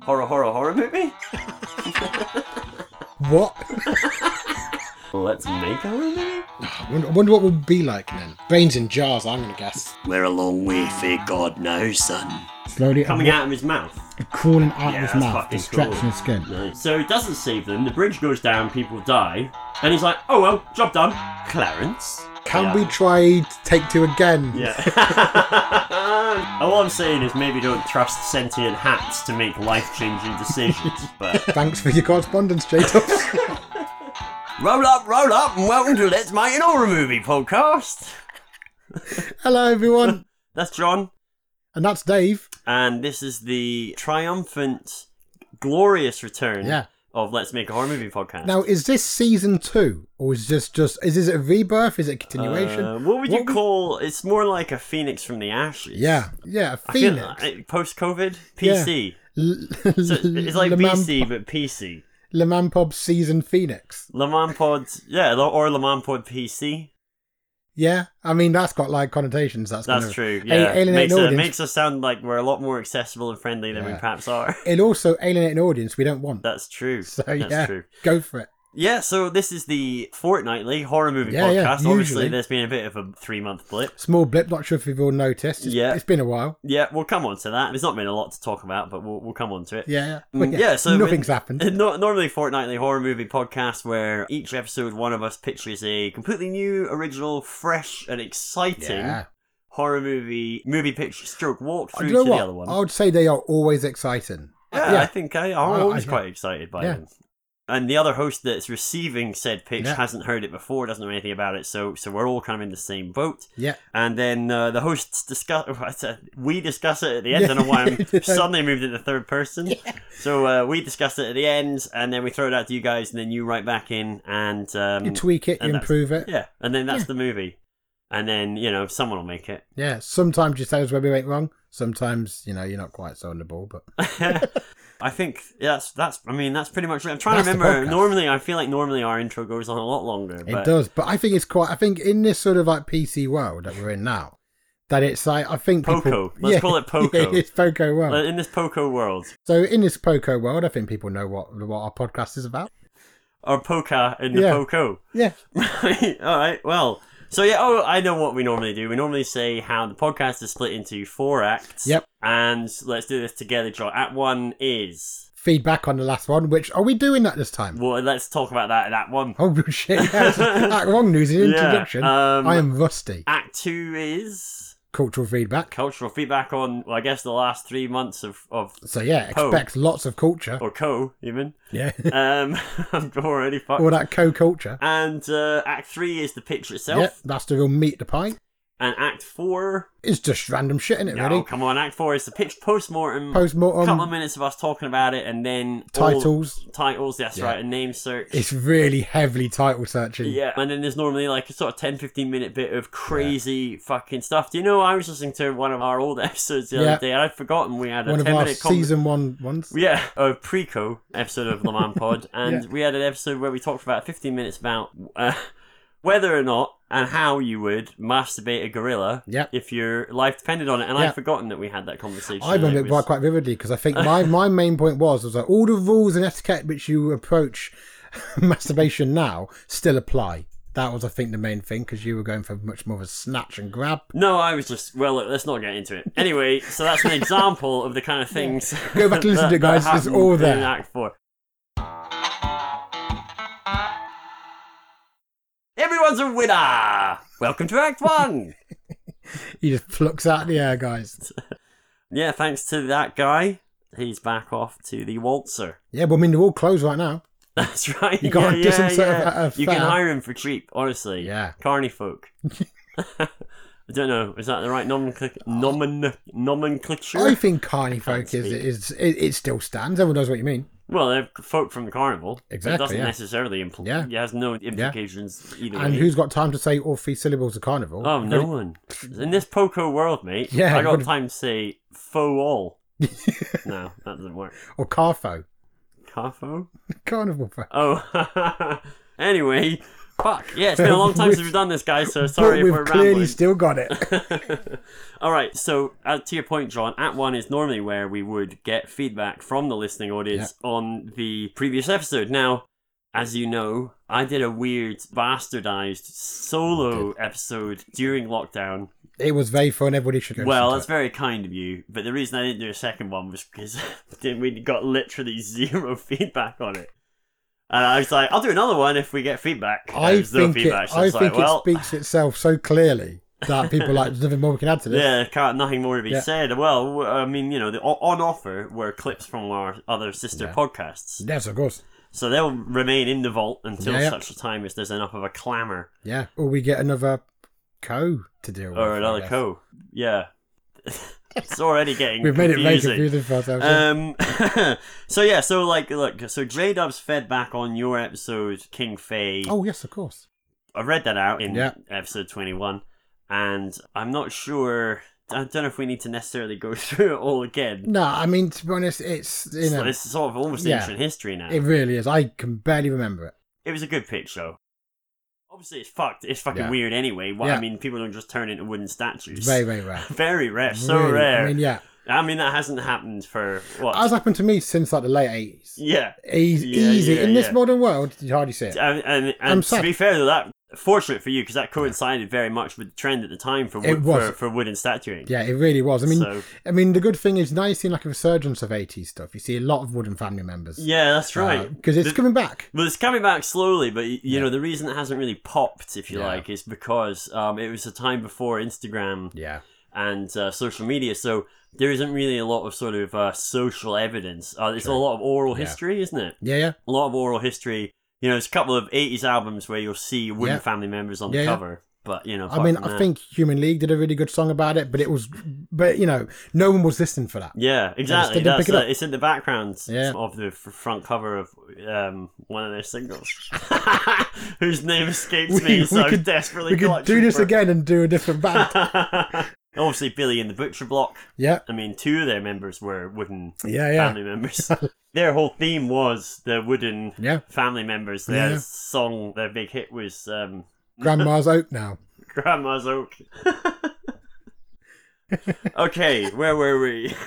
horror, horror, horror movie? What? Let's make a horror movie? I wonder, I wonder what would be like then. Brains in jars, I'm going to guess. We're a long way, fae God, now, son. Slowly Coming out of his mouth. crawling out Yeah, of that's his mouth, fucking distraction cool. his skin. No. So he doesn't save them, the bridge goes down, people die, and he's like, oh well, job done. Clarence. Can Yeah. we try take two again? Yeah. All I'm saying is maybe don't trust sentient hats to make life changing decisions, but. Thanks for your correspondence, J-Dubs. Roll up, roll up, and welcome to Let's Make an Horror Movie podcast. Hello, everyone. That's John, And that's Dave. and this is the triumphant, glorious return Yeah. of Let's Make a Horror Movie podcast. Now, is this season two? Or is this just... Is, is it a rebirth? Is it a continuation? Uh, what would you call? It's more like a phoenix from the ashes. Yeah. Yeah, a I feel- phoenix. I- Post-COVID, Yeah. PC. L- So it's, it's like Le Man- BC but PC. Le Man Pub season phoenix. Le Mans Pod, yeah, lo- or Le Mans Pod PC. Yeah, I mean that's got like connotations. That's That's gonna true. a- Yeah, alienate makes, an it, audience. makes us sound like we're a lot more accessible and friendly than we Yeah. perhaps are. It'll also alienate an audience we don't want. That's true. so That's yeah, true. go for it. Yeah, so this is the fortnightly horror movie Yeah, yeah, podcast. Obviously, usually. there's been a bit of a three-month blip. Small blip. Not sure if you've all noticed. It's, Yeah. it's been a while. Yeah, we'll come on to that. There's not been a lot to talk about, but we'll, we'll come on to it. Yeah, yeah. Mm, Well, yeah. so nothing's when- happened. No, normally fortnightly horror movie podcast where each episode one of us pitches a completely new, original, fresh, and exciting yeah. horror movie movie picture stroke walkthrough Do through to you know the other what? one. I would say they are always exciting. yeah, yeah. I think I, I'm I- I- always yeah. quite excited by Yeah. them. And the other host that's receiving said pitch Yeah. hasn't heard it before, doesn't know anything about it, so so we're all kind of in the same boat. Yeah. And then uh, the hosts discuss. I said We discuss it at the end. I don't know why Yeah. I'm suddenly moved into third person. So uh, we discuss it at the end, and then we throw it out to you guys, and then you write back in, and um, You tweak it, and you that's- improve it. Yeah. yeah, and then that's Yeah. the movie. And then you know someone will make it. Sometimes you tell us where we went wrong. Sometimes you know you're not quite so on the ball, but I think that's that's. I mean, that's pretty much. it. I'm trying That's to the remember. podcast. Normally, I feel like normally our intro goes on a lot longer. it but does. But I think it's quite. I think in this sort of like PC world that we're in now, that it's like I think people- Poco. Let's call it Poco. Yeah, it's Poco world. uh, in this Poco world So in this Poco world, I think people know what what our podcast is about. or Poca in the Yeah. Poco. Yeah, Right. All right. Well. So yeah. Oh, I know what we normally do. We normally say how the podcast is split into four acts. Yep. And let's do this together, John. Act one is. feedback on the last one. Which are we doing that this time? Well, let's talk about that. That one. Oh shit! Yes. Act wrong news in Yeah, introduction. um, I am rusty. Act two is Cultural feedback. cultural feedback on. Well, I guess the last three months of of So yeah, Co. expect lots of culture. or co even. Yeah, Um, I'm already fucked. all that co-culture. And uh, Act Three is the picture itself, Yep, that's the real meat the pie. and Act Four. It's just random shit in it, No, really. come on, Act Four is the pitch post-mortem. Post-mortem. couple of minutes of us talking about it, and then all- Titles. titles. That's Yeah. right, and name search. It's really heavily title searching. yeah, and then there's normally like a sort of 10 15 minute bit of crazy fucking stuff. Do you know? I was listening to one of our old episodes the Yeah. other day, and I'd forgotten we had a One 10 of our minute com- season one ones. Yeah, a preco episode of Le Mans Pod, and Yeah. we had an episode where we talked about 15 minutes about uh, whether or not and how you would masturbate a gorilla Yep. if your life depended on it. And I'd Yeah. forgotten that we had that conversation. I remember It it was- quite, quite vividly because I think my, my main point was was that all the rules and etiquette which you approach masturbation now still apply. That was, I think, the main thing because you were going for much more of a snatch and grab. No, I was just well. Look, let's not get into it. Anyway, so that's an example of the kind of things. Go back and listen that- to it, that guys. It's happened all in there. Act Four. Everyone's a winner. Welcome to Act One. He just plucks out the air, guys. Yeah, thanks to that guy, he's back off to the waltzer. Yeah, well, I mean, they're all closed right now. That's right. You gotta yeah, get some yeah, sort of- yeah. a- a You can fair- hire him for cheap, honestly. Yeah. Carney folk. I don't know. Is that the right nomenclature? Nomen- nomenclature? I think Carney folk is, speak. is it, it still stands. Everyone knows what you mean. well, they're folk from the carnival. so It Exactly, doesn't yeah. necessarily impl- Yeah. It has no implications either And way. who's got time to say all three syllables of carnival? Oh, no one. In this Poco world, mate, Yeah, I got what- time to say faux all. no, that doesn't work. Or carfo, Carfo? carnival folk. Oh, anyway, Fuck. Yeah, it's been a long time since we've done this, guys. So sorry but if we've we're clearly rambling. still got it. All right. So uh, to your point, John, at one is normally where we would get feedback from the listening audience on the previous episode. Now, as you know, I did a weird bastardized solo episode during lockdown. it was very fun. Everybody should go. Well, that's listen very kind of you, but the reason I didn't do a second one was because we got literally zero feedback on it. And I was like, I'll do another one if we get feedback. to it. And I there was think it, So I was think like, well, it speaks itself so clearly that people are like there's nothing more we can add to this. yeah, can't, nothing more to be Yeah. said. Well, w- I mean, you know, the, o- on offer were clips from our other sister Yeah. podcasts, Yes, of course. so they'll remain in the vault until Yeah, yeah. such a time as there's enough of a clamour Yeah. Or we get another co to deal with. or I another Oh, guess. co. Yeah, it's already getting We've made it very confusing. confusing for ourselves. yeah. Um, so yeah, so like, look, so J Dub's fed back on your episode, King Faye. oh yes, of course. I read that out in Yeah. episode twenty-one, and I'm not sure. I don't know if we need to necessarily go through it all again. No, I mean to be honest, it's you It's, know it's sort of almost Yeah. ancient history now. it It, really is. I can barely remember it. was a good pitch show. Obviously, it's fucked. It's fucking Yeah. weird anyway. What, I Yeah. mean, people don't just turn into wooden statues. It's very, very rare. Very rare, so Really, rare. I mean, yeah, that hasn't happened for what? as happened to me since like the late eighties. yeah, Easy, Yeah, easy. yeah, in this yeah. modern world, you hardly see it. and, and, and I'm to sad. be fair to that fortunate for you because that coincided very much with the trend at the time for It wood, was. for, for wooden statuing Yeah, it really was. I mean, So- I mean, the good thing is now you see like a resurgence of '80s stuff. You see a lot of wooden family members. yeah that's uh, right because it's The- coming back. well it's coming back slowly but y- you know the reason it hasn't really popped if you Yeah. like is because um, it was a time before instagram Yeah, and uh, social media so there isn't really a lot of sort of uh, social evidence uh, there's a lot of oral Yeah. history isn't it yeah, yeah. a lot of oral history you know there's a couple of 80s albums where you'll see wooden Yeah. family members on Yeah, the yeah. cover but you know I apart mean, from I that- think Human League did a really good song about it, but it was, but you know, no one was listening for that. Yeah, exactly. didn't That's pick it uh, up. it's in the background Yeah. of the f- front cover of um, one of their singles, whose name escapes me. We- so we I'm could- desperately we could do clutching this for- again and do a different band. Obviously, Billy and the Butcher Block. yeah, I mean, two of their members were wooden yeah, yeah, family members. their whole theme was the wooden yeah. family members. Their Yeah. song, their big hit was um, Grandma's oak now. Grandma's Oak. okay, where were we?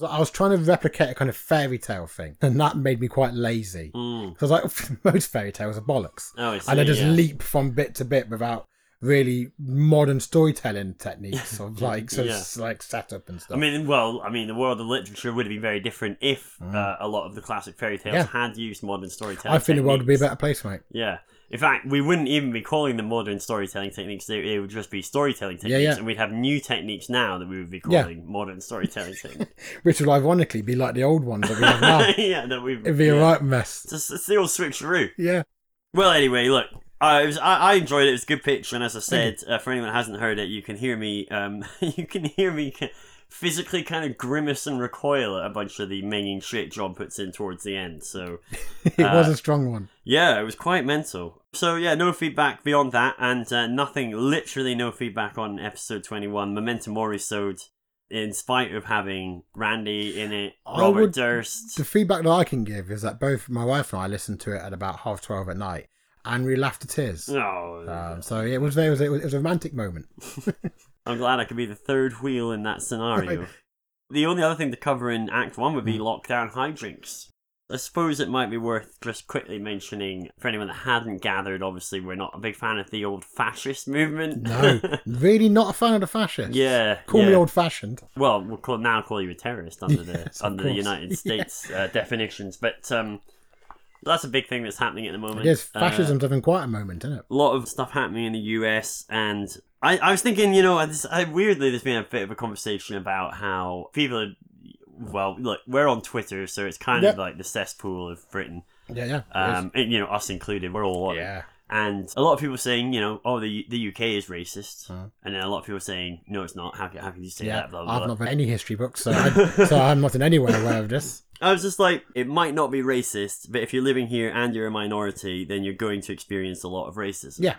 So I was trying to replicate a kind of fairy tale thing, and that made me quite lazy. Mm. Because I was like, most fairy tales are bollocks. Oh, I see, and I just yeah. leap from bit to bit without really modern storytelling techniques of like sort of like setup and I stuff. mean, well, I mean, the world of literature would have been very different if uh, a lot of the classic fairy tales Mm. Yeah. had used modern storytelling. I think the world would be a techniques. better place, mate. Yeah. In fact, we wouldn't even be calling them modern storytelling techniques. They, it would just be storytelling techniques, Yeah, yeah. and we'd have new techniques now that we would be Yeah. calling modern storytelling techniques. Which will ironically be like the old ones that we have now. yeah, that we. It'd be yeah. a right mess. It's, just- it's the old switcheroo. Yeah. Well, anyway, look, I was, I, I enjoyed it. It was a good pitch, and as I said, uh, for anyone who hasn't heard it, you can hear me. Um, you can hear me ki- physically kind of grimace and recoil at a bunch of the minging shit John puts in towards the end. So It Uh, was a strong one. yeah, it was quite mental. So yeah, no feedback beyond that, and uh, nothing, literally no feedback on episode twenty-one, Momentum Morisode. In spite of having Randy in it, I Robert would Durst. The feedback that I can give is that both my wife and I listened to it at about half twelve at night and we laughed to tears. Oh, Um, so it was, it was it was a romantic moment. I'm glad I could be the third wheel in that scenario. Right. the only other thing to cover in Act 1 would Hmm. be lockdown high drinks. I suppose it might be worth just quickly mentioning for anyone that hadn't gathered, obviously, we're not a big fan of the old fascist movement. No, really not a fan of the fascists. Yeah, Call me yeah. old fashioned. well, we'll call, now call you a terrorist under the Yes, of under the course. United Yeah. States uh, definitions, but um, that's a big thing that's happening at the moment. It is. Uh, Fascism's having quite a moment, isn't it? a lot of stuff happening in the US, and I, I was thinking, you know, this, I, weirdly, there's been a bit of a conversation about how people are, well, look, we're on Twitter, so it's kind of Yep. like the cesspool of Britain, Yeah, yeah. it is. um, and, you know, us included, we're all on it. yeah. And a lot of people saying, you know, oh, the the UK is racist, Huh. and then a lot of people saying, no, it's not. How can, how can you say yeah. that? Blah, blah, I've blah. not read any history books, so, I, so I'm not in any way aware of this. I was just like, it might not be racist, but if you're living here and you're a minority, then you're going to experience a lot of racism. Yeah.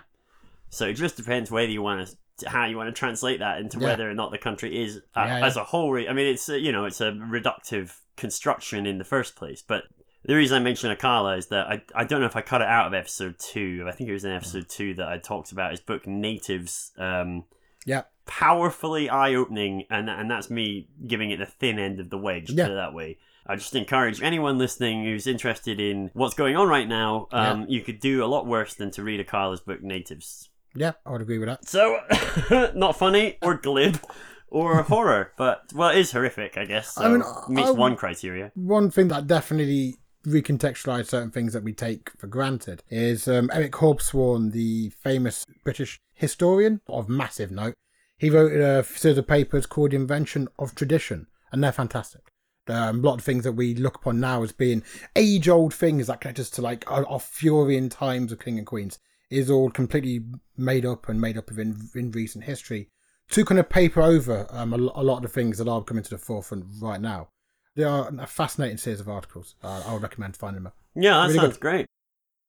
So it just depends whether you want to how you want to translate that into Yeah. whether or not the country is uh, Yeah, yeah. as a whole. Re- I mean, it's a, you know it's a reductive construction in the first place, but the reason I mentioned Akala is that I, I don't know if I cut it out of episode two. I think it was in episode Mm. two that I talked about his book Natives. Um, Yeah. powerfully eye opening, and and that's me giving it the thin end of the wedge. Yeah. Put it that way. I just encourage anyone listening who's interested in what's going on right now. Um, You could do a lot worse than to read Akala's book Natives. Yeah, I would agree with that. So not funny or glib or horror, but well, it is horrific, I guess. So I mean, I- meets I- one criteria. One thing that definitely recontextualized certain things that we take for granted is um, Eric Hobsbawm, the famous British historian of massive note. He wrote a series of papers called Invention of Tradition, and they're fantastic. Um, a lot of things that we look upon now as being age old things that connect us to like our, our Furian times of King and Queens is all completely made up and made up within in recent history to kind of paper over um, a, lo- a lot of the things that are coming to the forefront right now. They are a fascinating series of articles. Uh, I would recommend finding them. Yeah, that Really sounds good. great.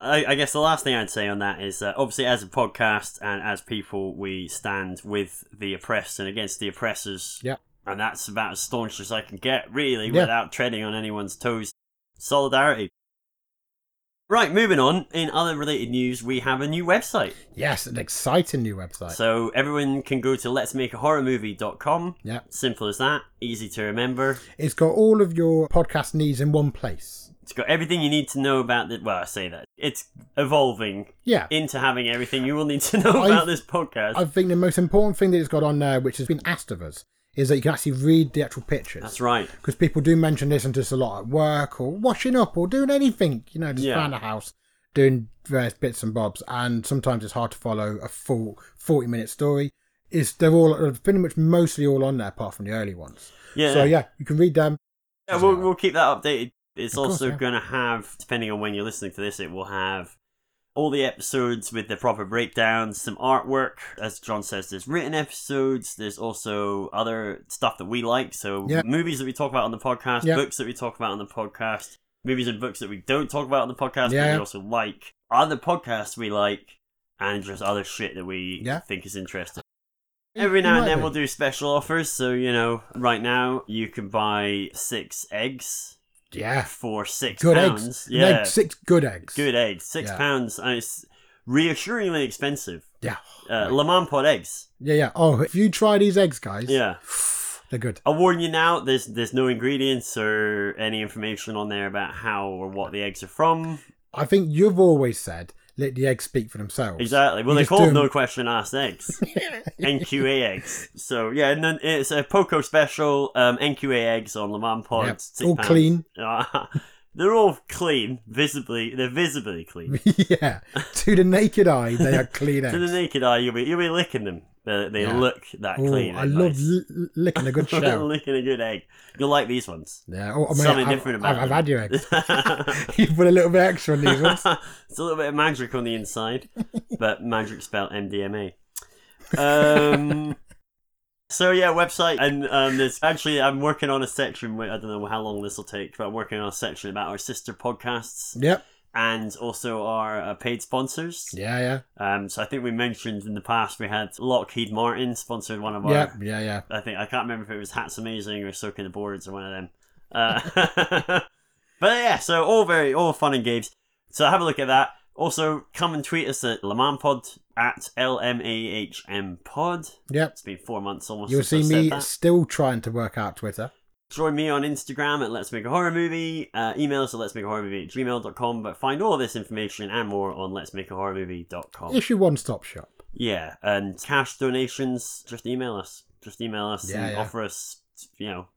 I, I guess the last thing I'd say on that is that obviously, as a podcast and as people, we stand with the oppressed and against the oppressors. Yeah. And that's about as staunch as I can get, really, Yeah. without treading on anyone's toes. Solidarity. Right, moving on. In other related news, we have a new website. Yes, an exciting new website. So everyone can go to let's make a horror movie.com. yeah, Simple as that, easy to remember. it's got all of your podcast needs in one place. It's got everything you need to know about the Well, I say that. It's evolving Yeah, into having everything you will need to know I- about this podcast. I think the most important thing that it's got on there, which has been asked of us, is that you can actually read the actual pictures. That's right. because people do mention this and just a lot at work or washing up or doing anything, you know, just Yeah. around the house doing various bits and bobs. And sometimes it's hard to follow a full 40 minute story. It's, they're all they're pretty much mostly all on there apart from the early ones. Yeah. So, yeah, you can read them. Yeah, we'll, we'll keep that updated. It's Of course, also yeah. going to have, depending on when you're listening to this, it will have all the episodes with the proper breakdowns, some artwork. As John says, there's written episodes. There's also other stuff that we like. So Yeah. movies that we talk about on the podcast, Yeah. books that we talk about on the podcast, movies and books that we don't talk about on the podcast, Yeah. but we also like, other podcasts we like, and just other shit that we Yeah. think is interesting. Every now and then Might we'll be. do special offers. So, you know, right now you can buy six eggs Yeah. for six Good pounds. eggs. Yeah. Egg- six good eggs. Good eggs. Six Yeah. pounds. And it's reassuringly expensive. Yeah. Uh, Le Mans pod eggs. Yeah, yeah. Oh, if you try these eggs, guys, Yeah. they're good. I'll warn you now, there's there's no ingredients or any information on there about how or what the eggs are from. I think you've always said, let the eggs speak for themselves. Exactly. Well, You they're just do called 'em. no question asked eggs. NQA eggs. So yeah, and then it's a Poco special. Um, NQA eggs on Le Mans pod. Yep. six All pounds. clean. Ah, they're all clean, visibly. They're visibly clean. yeah. To the naked eye, they are clean eggs. to the naked eye, you'll be you'll be licking them. They, they Yeah. look that Ooh, clean. Oh, I and love nice. l- l- licking a good shell. licking a good egg. You'll like these ones. Yeah, oh, I mean, Something I've, different I've, about I've them. had your eggs. you put a little bit extra on these ones. it's a little bit of magic on the inside, but magic spelled MDMA. Um, so yeah, website and um, there's actually I'm working on a section. where- I don't know how long this will take, but I'm working on a section about our sister podcasts Yep. and also our uh, paid sponsors. Yeah, yeah. Um, so I think we mentioned in the past we had Lockheed Martin sponsored one of our. Yep. Yeah, yeah. I think I can't remember if it was Hats Amazing or Soaking the Boards or one of them. Uh, but yeah, so all very all fun and games. So have a look at that. Also, come and tweet us at Lamampod at L M A H M Pod. Yep. It's been four months almost. You'll see since I me said that. still trying to work out Twitter. Join me on Instagram at Let's Make a Horror Movie. Uh, email us at Let's Make a Horror Movie at gmail.com. But find all this information and more on Let's Make a Horror Movie.com. Issue one stop shop. Yeah, and cash donations, just email us. Just email us Yeah, and yeah. offer us, you know,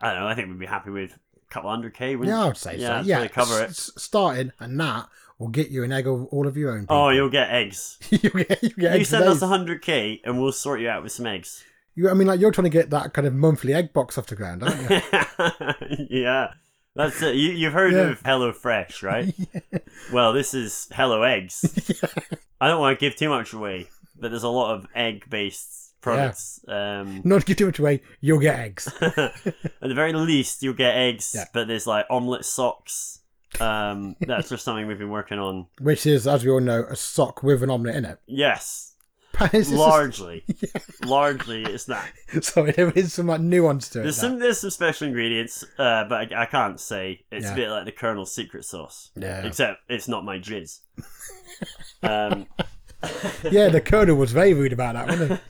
I don't know, I think we'd be happy with a couple hundred K. wouldn't Yeah, you? I would say yeah, so. that's Yeah. gonna cover it. S- s- starting and that will get you an egg of all of your own. Oh, people. you'll get eggs. you'll get, you'll get you eggs send us today. 100K and we'll sort you out with some eggs. You, I mean, like you're trying to get that kind of monthly egg box off the ground, aren't you? yeah. That's it. You, you've heard Yeah. of Hello Fresh, right? Well, this is Hello Eggs. I don't want to give too much away, but there's a lot of egg based products. Um, Not to give too much away, you'll get eggs. At the very least, you'll get eggs, Yeah. but there's like omelette socks. Um, that's just something we've been working on. Which is, as we all know, a sock with an omelette in it. Yes. It's just- largely, largely, it's that. Sorry, there is some like, nuance to it. There's that- some there's some special ingredients, uh, but I, I can't say. It's Yeah. a bit like the Colonel's secret sauce, Yeah. except it's not my jizz. um, Yeah, the colonel was very rude about that, wasn't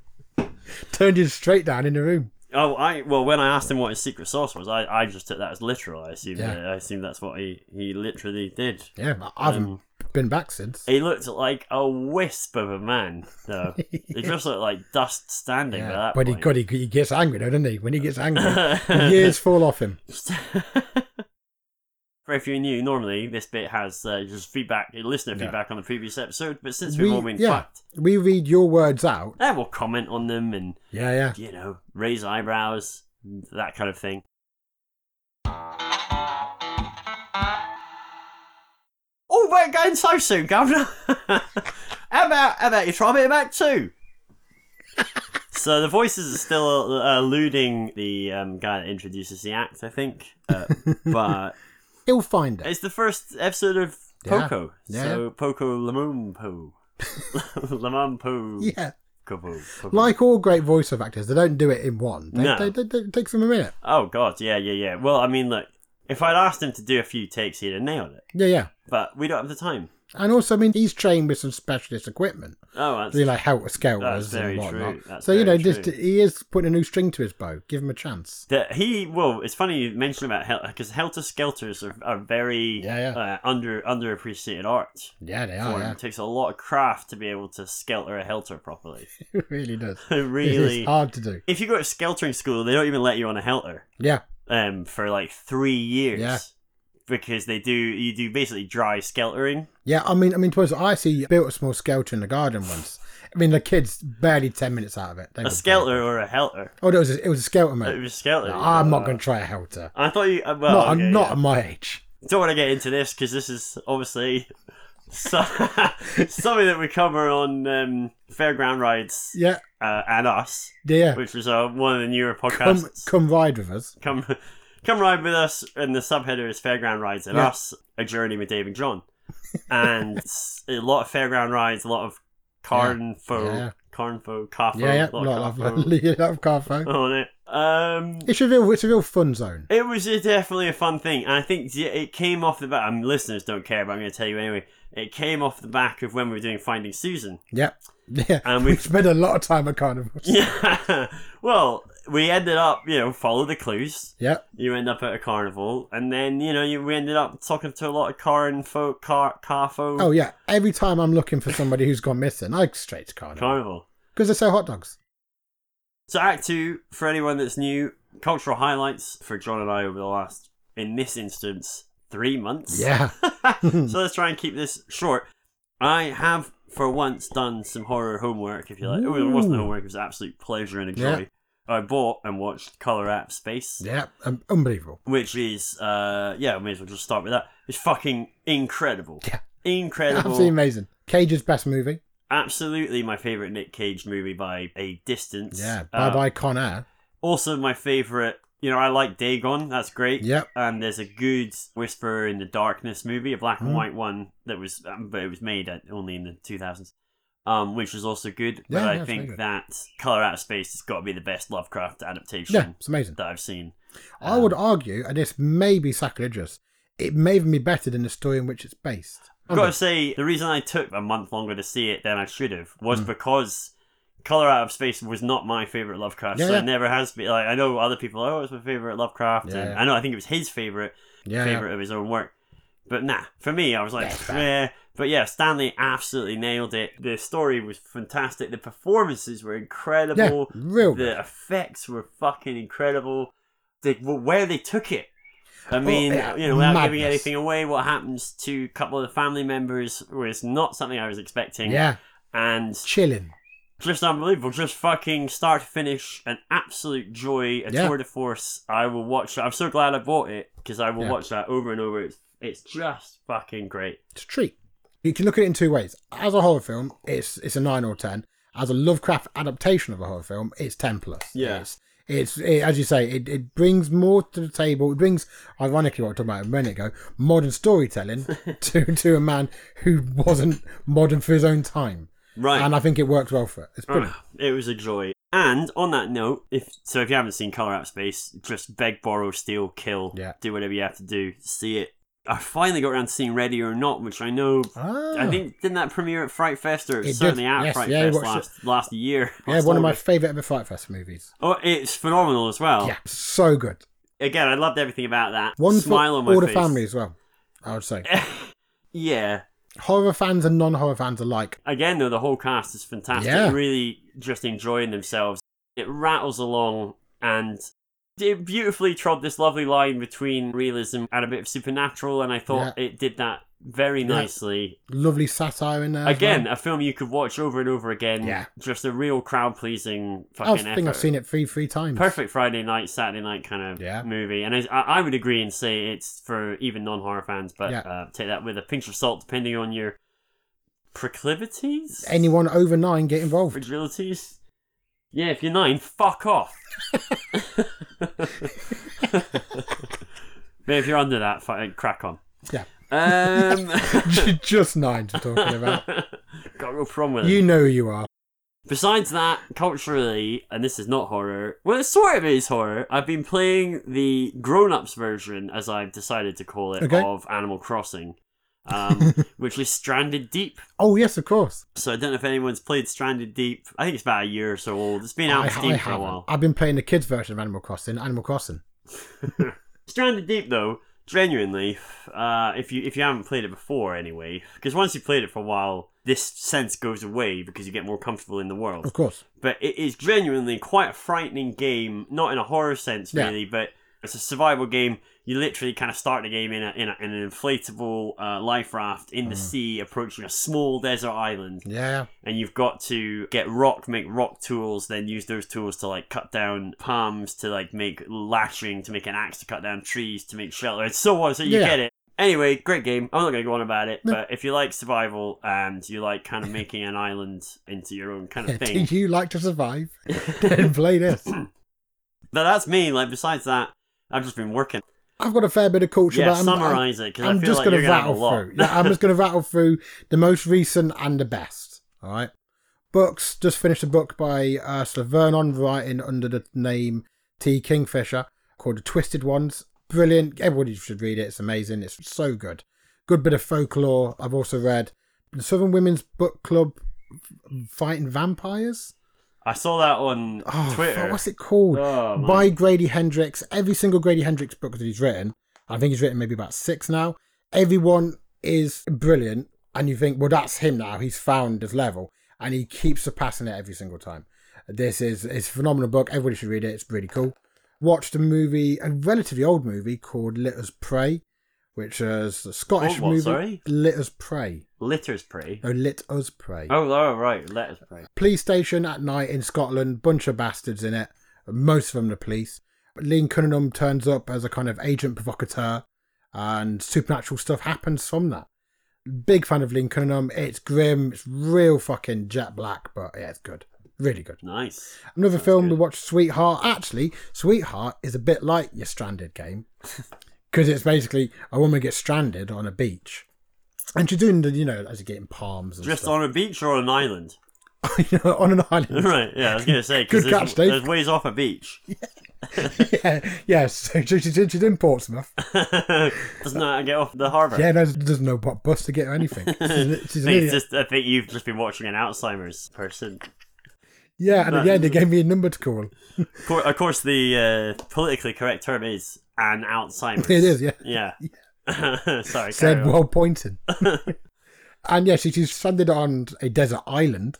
he? Turned you straight down in the room. oh, I well, when I asked him what his secret sauce was, I, I just took that as literal. I assume Yeah. I assume that's what he, he literally did. Yeah, I Um, haven't been back since. He looked like a wisp of a man, though. he just looked like dust standing by Yeah, that but he, point. God, he, he gets angry though, doesn't he? When he gets angry, the years fall off him. For if you're new, normally this bit has uh, just feedback, listener Yeah. feedback on the previous episode, but since we've all been yeah, fucked, we read your words out. eh, we'll comment on them and, Yeah, yeah. you know, raise eyebrows, that kind of thing. Oh, we're going so soon, Governor! how, about, how about you try me back too? So the voices are still uh, eluding the um, guy that introduces the act, I think. Uh, but He'll find it. It's the first episode of Yeah. Poco. Yeah. So Poco Lamumpo. Lamampo. Yeah, Kapo. Poco. like all great voiceover actors, they don't do it in one. They, No. they, they, they- it takes them a minute. Oh god, yeah, yeah, yeah. Well, I mean, look, if I'd asked him to do a few takes, he'd have nailed it. Yeah, yeah. But we don't have the time. And also, I mean, he's trained with some specialist equipment, Oh, that's really like helter That's skelters very and whatnot. true. That's so you know, very just true. he is putting a new string to his bow. Give him a chance. that he. Well, it's funny you mentioned about Hel because Helter Skelters are, are very Yeah, yeah. Uh, under underappreciated art. Yeah, they form. are. It takes a lot of craft to be able to skelter a helter properly. Yeah. it really does. It really. it's hard to do. If you go to skeltering school, they don't even let you on a helter. Yeah, um, for like three years. Yeah. Because they do, you do basically dry skeltering. yeah. I mean, I mean, towards I see built a small skelter in the garden once. I mean, the kids barely ten minutes out of it. They A were- skelter or a helter. Oh, no, it was a, it was a skelter, It mate. was skelter. Uh, No, I'm not going to try a helter. I thought you. uh, Well, No, I'm okay, not yeah. at my age. Don't want to get into this because this is obviously so, something that we cover on um, Fairground Rides Yeah, uh, and Us, yeah. which was uh, one of the newer Come, podcasts. come ride with us. come, come, ride with us, and the subheader is Fairground Rides and Yeah. Us: A Journey with Dave and John. And it's a lot of fairground rides, a lot of carnfo, Yeah. carnfo, carfo, Yeah, yeah. a lot of Love, love, carfo love, Carfo. on it. Um, It's a real, it's a real fun zone. it was a, definitely a fun thing, and I think the- it came off the back. I mean, listeners don't care, but I'm going to tell you anyway. It came off the back of when we were doing Finding Susan. Yep. Yeah. And we we- spent a lot of time at carnivals. Yeah. well, we ended up, you know, follow the clues. Yeah. you end up at a carnival, and then you know you we ended up talking to a lot of car and folk, car car folk Oh yeah. Every time I'm looking for somebody who's gone missing, I go straight to carnival carnival. because they sell hot dogs. So Act Two for anyone that's new, cultural highlights for John and I over the last, in this instance, three months. Yeah. so let's try and keep this short. I have for once done some horror homework, if you like. It wasn't Ooh. homework; it was absolute pleasure and a Yeah. joy. I bought and watched Color App Space. Yeah. Um, unbelievable. which is uh yeah, I may as well just start with that. It's fucking incredible. Yeah. Incredible. Absolutely amazing. Cage's best movie. Absolutely my favorite Nick Cage movie by a distance. Yeah. Uh, Bye bye Con Air. Also my favorite, you know, I like Dagon, that's great. Yep. And um, there's a good Whisper in the Darkness movie, a black and Mm. white one that was um, but it was made at, only in the 2000s. Um, which was also good, but Yeah, yeah, I it's very think good. that Color Out of Space has got to be the best Lovecraft adaptation Yeah. It's amazing. that um, I've seen. I would argue, and this may be sacrilegious, it may even be better than the story in which it's based. I've got to say, the reason I took a month longer to see it than I should have was Hmm. because Color Out of Space was not my favorite Lovecraft, Yeah, so yeah. it never has been. Like I know other people, oh, it's my favorite Lovecraft, Yeah, and yeah. I know I think it was his favorite Yeah. favorite of his own work. But nah, for me, I was like, That's right. yeah. But yeah, Stanley absolutely nailed it. The story was fantastic. The performances were incredible. Yeah, real good. The effects were fucking incredible. The, where they took it. I mean, Oh, yeah, you know, without giving madness. anything away, what happens to a couple of the family members was not something I was expecting. Yeah. And Chilling. just unbelievable. Just fucking start to finish, an absolute joy, a Yeah. tour de force. I will watch it. I'm so glad I bought it because I will Yeah. watch that over and over. It's, it's just fucking great. It's a treat. You can look at it in two ways. As a horror film, it's it's a nine or ten. As a Lovecraft adaptation of a horror film, it's ten plus. Yeah. It's, it's it, as you say, it, it brings more to the table. It brings, ironically, what I talked about a minute ago, modern storytelling to to a man who wasn't modern for his own time. Right. and I think it worked well for it. It's brilliant. Ah, it was a joy. And on that note, if so, if you haven't seen Color Out Space, just beg, borrow, steal, kill. Yeah. Do whatever you have to do. See it. I finally got around to seeing Ready or Not, which I know. Ah. I think didn't that premiere at Fright Fest or it It did, certainly at yes, Fright yeah, I Fest watched last, last year. yeah, one of my Last favorite ever Fight Fest movies. August. Oh, it's phenomenal as well. Yeah, so good. Again, I loved everything about that. One smile for on my all face. the family as well. I would say Yeah. horror fans and non-horror fans alike. Again, though, the whole cast is fantastic. Yeah. Really just enjoying themselves. It rattles along and it beautifully trod this lovely line between realism and a bit of supernatural, and I thought it did that very Yeah. nicely. Lovely satire in there. as Again, well. a film you could watch over and over again. Yeah. Just a real crowd pleasing I fucking was- think I've effort. seen it three, three times. Perfect Friday night, Saturday night kind of Yeah. movie, and I, I would agree and say it's for even non-horror fans, but Yeah. uh, take that with a pinch of salt, depending on your proclivities. Anyone over nine get involved. Fragilities? Yeah, if you're nine, fuck off. But if you're under that, fu- crack on. Yeah. Um, J- Just nine to talking about. got a real problem with it. You know who you are. Besides that, culturally, and this is not horror, well, it sort of is horror. I've been playing the grown ups version, as I've decided to call it, Okay. of Animal Crossing, um, which is Stranded Deep. Oh yes, of course. So I don't know if anyone's played Stranded Deep. I think it's about a year or so old. It's been out I, on Steam I for a haven't. while. I've been playing the kids' version of Animal Crossing. Animal Crossing. Stranded Deep, though, genuinely, uh, if you if you haven't played it before, anyway, because once you've played it for a while, this sense goes away because you get more comfortable in the Of world. course. But it is genuinely quite a frightening game, not in a horror sense Yeah. really, but it's a survival game. You literally kind of start the game in, a, in, a, in an inflatable uh, life raft in the Mm. sea, approaching a small desert island Yeah. and you've got to get rock, make rock tools, then use those tools to like cut down palms, to like make lashing, to make an axe, to cut down trees, to make shelter, and so on. So you Yeah. get it. Anyway, great game. I'm not going to go on about it, but if you like survival and you like kind of making an island into your own kind of Do thing, you like to survive? Then play this. but that's me. Like besides that, I've just been working. I've got a fair bit of culture, Yeah, but I'm, summarize it because I I'm feel just like going you're to going to have a rattle lot. through. Yeah, I'm just going to rattle through the most recent and the best. All right. Books. Just finished a book by Ursula Vernon, writing under the name T. Kingfisher, called The Twisted Ones. Brilliant. Everybody should read it. It's amazing. It's so good. Good bit of folklore. I've also read the Southern Women's Book Club Fighting Vampires. I saw that on Oh, fuck, Twitter. what's it called? Oh, man. by Grady Hendrix. Every single Grady Hendrix book that he's written, I think he's written maybe about six now. Everyone is brilliant, and you think, well, that's him now. He's found his level, and he keeps surpassing it every single time. This is it's a phenomenal book. Everybody should read it. It's really cool. Watched a movie, a relatively old movie called Let Us Pray, which is a Scottish Called what, movie. sorry? Let Us Pray. Litters pray. No, Let Us Pray Oh, oh, right. Let us pray. police station at night in Scotland, bunch of bastards in it, most of them the police. But Liam Cunningham turns up as a kind of agent provocateur, and supernatural stuff happens from that. Big fan of Liam Cunningham. It's grim, it's real fucking jet black, but yeah, it's good. Really good. Nice. Another That's film good. we watched, Sweetheart. Actually, Sweetheart is a bit like your Stranded game because it's basically a woman gets stranded on a beach. And she's doing the, you know, as you're getting palms and Just stuff. on a beach or an island? You know, on an island. right, yeah, I was going to say, because Good there's, catch, Dave. there's ways off a beach. yeah, yeah. So she- she's in, she's in Portsmouth. Doesn't that get off the harbour? Yeah, knows, doesn't know what bus to get or anything. She's an- I She's an think, it's idiot. just, I think you've just been watching an Alzheimer's person. yeah, and at the end, they gave me a number to call. Of cour- Of course, the uh, politically correct term is an Alzheimer's. It is, yeah. Yeah. Sorry, carry Said on. well pointing. and yeah, she, she's stranded on a desert island,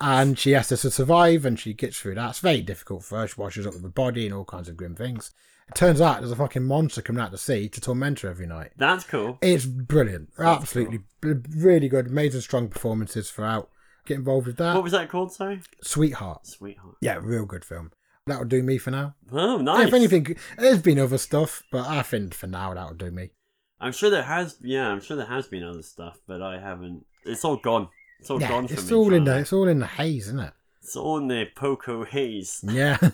and she has to survive, and she gets through that. It's very difficult for her. She washes up with her body and all kinds of grim things. It turns out there's a fucking monster coming out of the sea to torment her every night. That's cool. It's brilliant, absolutely, br- really good. Amazing, strong performances throughout. Get involved with that, What was that called, sorry? sweetheart. Sweetheart. Uh, Yeah, real good film. That'll do me for now. Oh, nice. If anything, there's been other stuff, but I think for now that'll do me. I'm sure there has, yeah, I'm sure there has been other stuff, but I haven't. It's all gone. It's all yeah, gone from it's me, all in Charlie. the it's all in the haze, isn't it? It's all in the Poco haze. Yeah.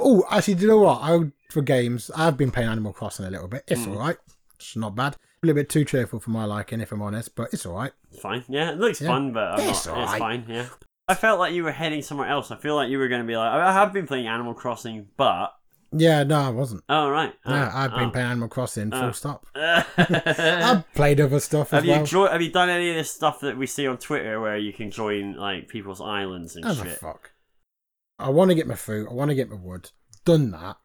Hmm. oh, actually, do you know what? I for games, I've been playing Animal Crossing a little bit. It's all right. It's not bad. A little bit too cheerful for my liking, if I'm honest, but it's all right. Fine. Yeah, it looks Yeah. fun, but I'm It's not- all it's right. fine. Yeah. I felt like you were heading somewhere else. I feel like you were going to be like, I I have been playing Animal Crossing, but Yeah, no, I wasn't. oh right, No, Oh, I've been oh. playing Animal Crossing, full Oh. stop. have I've played other stuff as you well. jo- have you done any of this stuff that we see on Twitter where you can join like people's islands and As a shit? fuck. I want to get my food. I want to get my wood. Done that.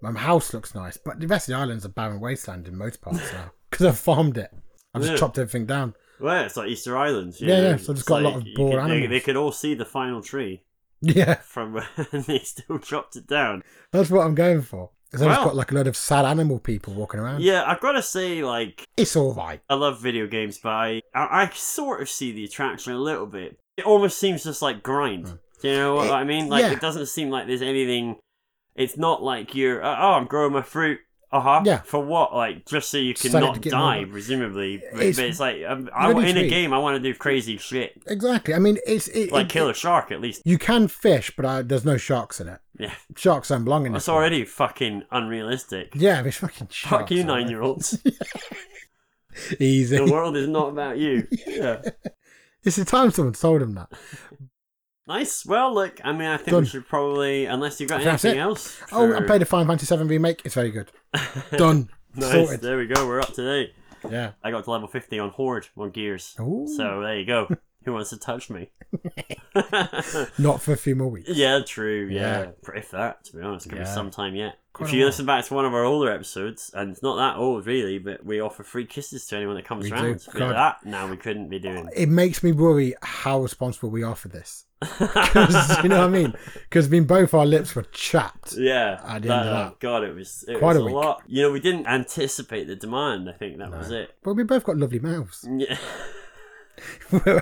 My house looks nice, but the rest of the island's a barren wasteland in most parts now because I've farmed it. I've just Yeah. chopped everything down. Well, it's like Easter Islands. you Yeah, know, yeah, so it's just got a lot like of you bored could- they- They, animals. could all see the final tree Yeah, from where they still chopped it down. that's what I'm going for. 'Cause I've just Wow. got like a lot of sad animal people walking around. Yeah, I've got to say, like, It's all right. I love video games, but I, I, I sort of see the attraction a little bit. It almost seems just like grind. Do you know what It- I mean? Like, yeah. it doesn't seem like there's anything. It's not like you're, uh, oh, I'm growing my fruit. Uh huh. Yeah. For what? Like, just so you can So I need to not get die, more- presumably. But but It's it's, like, I'm, I, really in a sweet. game, I want to do crazy shit. Exactly. I mean, it's it, Like, it- kill a shark, at least. You can fish, but I, there's no sharks in it. Yeah. Sharks don't belong in That's this. already fucking unrealistic. one. Yeah, there's fucking sharks. Fuck you, in it. nine year olds. Easy. the world is not about you. Yeah. It's the time someone told him that. Nice. Well, look, I mean, I think Done. we should probably, unless you've got That's anything it. else. Oh, I for- played a Final Fantasy VII remake. It's very good. Done. Nice. Sorted. There we go. We're up to date. Yeah. I got to level 50 on Horde on Gears. Ooh. So there you go. Who wants to touch me? Not for a few more weeks. yeah, true. Yeah. Yeah. If that, to be honest, could be Yeah. some time yet. Quite if a you while. listen back to one of our older episodes, and it's not that old really, but we offer free kisses to anyone that comes We do. around. God. That now we couldn't be doing. It makes me worry how responsible we are for this. 'Cause, you know what I mean? Because mean, both our lips were chapped. Yeah. At the end of that. God, it was it Quite was a a, week. lot. You know, we didn't anticipate the demand. I think that was it. But we both got lovely mouths. Yeah.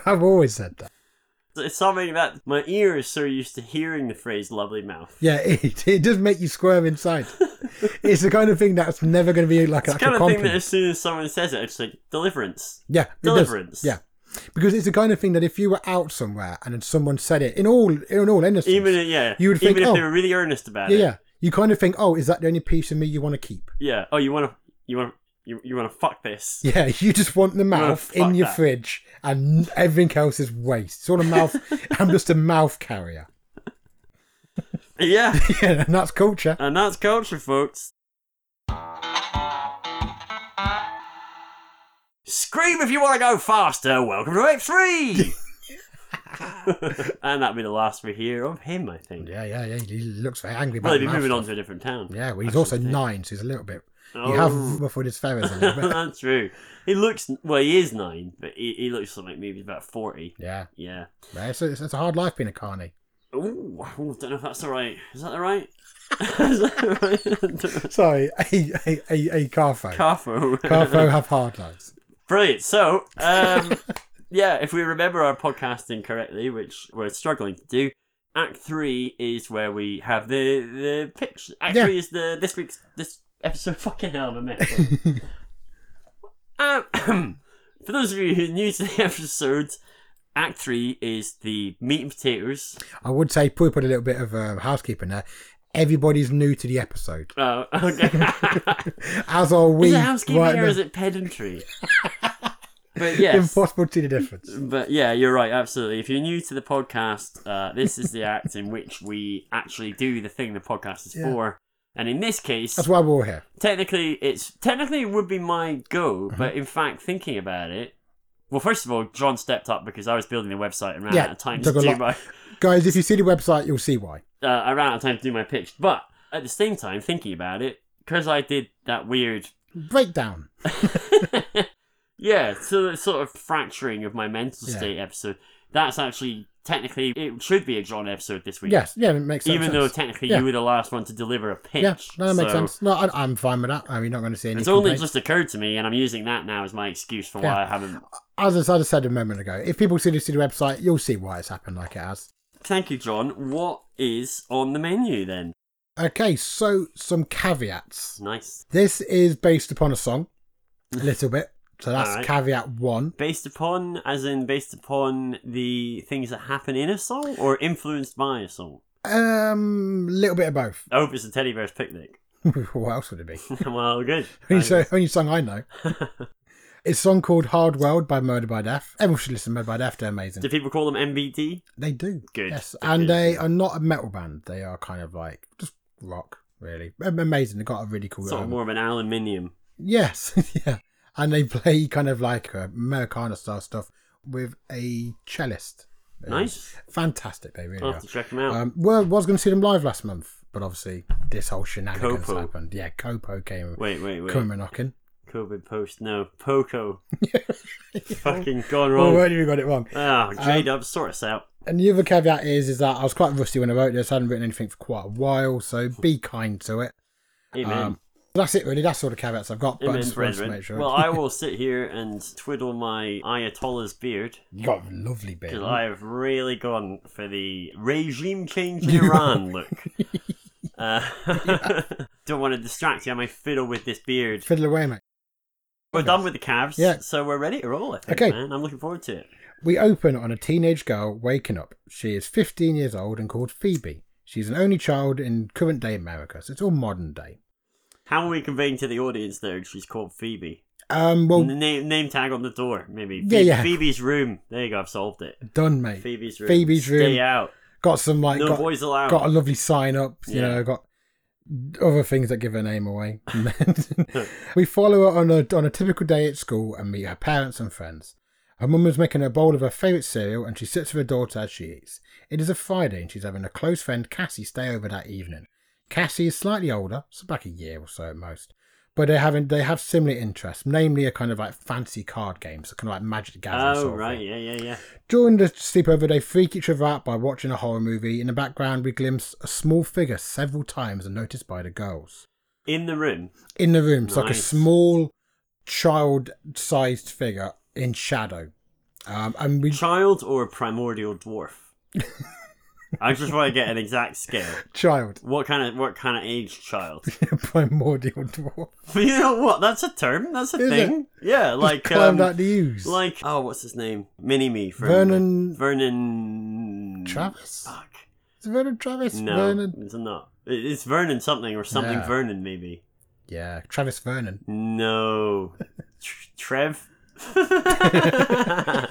I've always said that. It's something that my ear is so used to hearing the phrase "lovely mouth." Yeah, it, it does make you squirm inside. it's the kind of thing that's never going to be like, It's like the kind a of thing that compliment. as soon as someone says it, it's like deliverance. yeah, it does. Deliverance. Yeah, because it's the kind of thing that if you were out somewhere and then someone said it in all in all innocence, Even if- yeah, You would even think, if they oh. were really earnest about yeah, it. yeah, you kind of think, oh, is that the only piece of me you want to keep? Yeah. Oh, you want to, you want to, you, you want to fuck this? Yeah, you just want the wanna mouth in fuck your that. fridge, and everything else is waste. It's all a mouth. I'm just a mouth carrier. Yeah. Yeah, and that's culture. and that's culture, folks. Scream if you want to go faster. Welcome to Ape Three. and that'll be the last we hear of him, I think. Yeah, yeah, yeah. He looks very angry. Well, he'll About be the mouth moving on to stuff. a different town. Yeah, well, I he's should also think. nine, so he's a little bit. Oh. You have ruffled his feathers a little bit. That's true. He looks well. He is nine, but he, he looks like maybe about forty. yeah, Yeah. yeah it's, a, it's a hard life being a carny. Ooh, I don't know if that's the right. Is that the right? is that the right? Sorry, a a a, a carfo. Carfo. Carfo have hard lives. Brilliant. So, um, yeah, if we remember our podcasting correctly, which we're struggling to do, Act Three is where we have the the pitch. Act Yeah. Three is the this week's this episode. Fucking hell, I'm a mess. Um, for those of you who are new to the episode, Act 3 is the meat and potatoes. I would say probably put a little bit of um, housekeeping there. Everybody's new to the episode, Oh, okay. as are we. is it housekeeping right or now. is it pedantry? but yes. Impossible to see the difference. but yeah, you're right, absolutely. If you're new to the podcast, uh, this is the act in which we actually do the thing the podcast is Yeah. for. And in this case, That's why we're all here. technically it's technically it would be my go Mm-hmm. but in fact thinking about it well first of all john stepped up because i was building the website and ran Yeah, out of time to took a do lot. my Guys, if you see the website, you'll see why. uh, i ran out of time to do my pitch but at the same time thinking about it because i did that weird Breakdown. yeah so the sort of fracturing of my mental Yeah. state episode that's actually technically it should be a john episode this week Yes, yeah, it makes sense. even though technically Yeah. you were the last one to deliver a pitch yeah, no, that makes so- sense. No, I, I'm fine with that. I mean, not going to see any. it's only complaints. just occurred to me, and I'm using that now as my excuse for Yeah. why I haven't as I sort of said a moment ago. If people see the see the website, you'll see why it's happened like it has. Thank you, John. What is on the menu then? Okay, so some caveats. Nice. This is based upon a song, a little bit. So that's Alright. caveat one. Based upon, as in based upon the things that happen in a song or influenced by a song? Um, little bit of both. I hope it's a teddy bear's picnic. what else would it be? well, good. Um, Only, so, only song I know. it's a song called Hard World by Murder by Death. Everyone should listen to Murder by Death, they're amazing. Do people call them MBD? They do. Good. Yes. Good. And they are not a metal band. They are kind of like just rock, really. Am- Amazing. They got a really cool Sort of um, more of an aluminium. Yes. yeah. And they play kind of like uh, Americana style stuff with a cellist. It is Nice. Fantastic. They really I'll are. have to check them out. Um, well, was going to see them live last month, but obviously this whole shenanigans Copo. happened. Yeah, Copo came wait, wait, wait. coming knocking. COVID post. No. Poco. Fucking gone wrong. Already we got it wrong. Ah, J Dub, sort us out. And the other caveat is, is that I was quite rusty when I wrote this. I hadn't written anything for quite a while, so be kind to it. Amen. Um, that's it, really. That's all the caveats I've got. But I Amen, just wanted to brethren. make sure. Well, I will sit here and twiddle my Ayatollah's beard you got a lovely bit. because I have really gone for the regime change in Iran look. Uh, don't want to distract you. I may fiddle with this beard. Fiddle away, mate. We're done with the calves, Yeah. so we're ready to roll. I think, Okay. man. I'm looking forward to it. We open on a teenage girl waking up. She is 15 years old and called Phoebe. She's an only child in current day America, so it's all modern day. How are we conveying to the audience there? She's called Phoebe. Um, well, N- name name tag on the door, maybe. Yeah, Phoe- yeah. Phoebe's room. There you go. I've solved it. done, mate. Phoebe's room. Phoebe's room. Stay out. Got some like No got, boys allowed. got a lovely sign up. You Yeah. know, got other things that give her name away. we follow her on a on a typical day at school and meet her parents and friends. Her mum is making a bowl of her favourite cereal and she sits with her daughter as she eats. It is a Friday and she's having her close friend Cassie stay over that evening. Cassie is slightly older, so back a year or so at most. But they haven't they have similar interests, namely a kind of like fancy card games, kind of like Magic the Gathering. Oh sort of right, thing. yeah, yeah, yeah. During the sleepover, they freak each other out by watching a horror movie. In the background, we glimpse a small figure several times and noticed by the girls. In the room. In the room, it's like a Nice. small child sized figure in shadow. Um, and we Child or primordial dwarf? I just want to get an exact scale. child, What kind of what kind of age child? primordial dwarf, you know what? That's a term. That's a Is thing. Yeah, like, like climbed out um, the ooze. like oh, what's his name? Mini Me from Vernon- Vernon Travis? Fuck. Is it Vernon Travis? uh, No, Vernon? it's not. It- It's Vernon something or something Yeah. Vernon maybe. Yeah, Travis Vernon. No, Tr- Trev.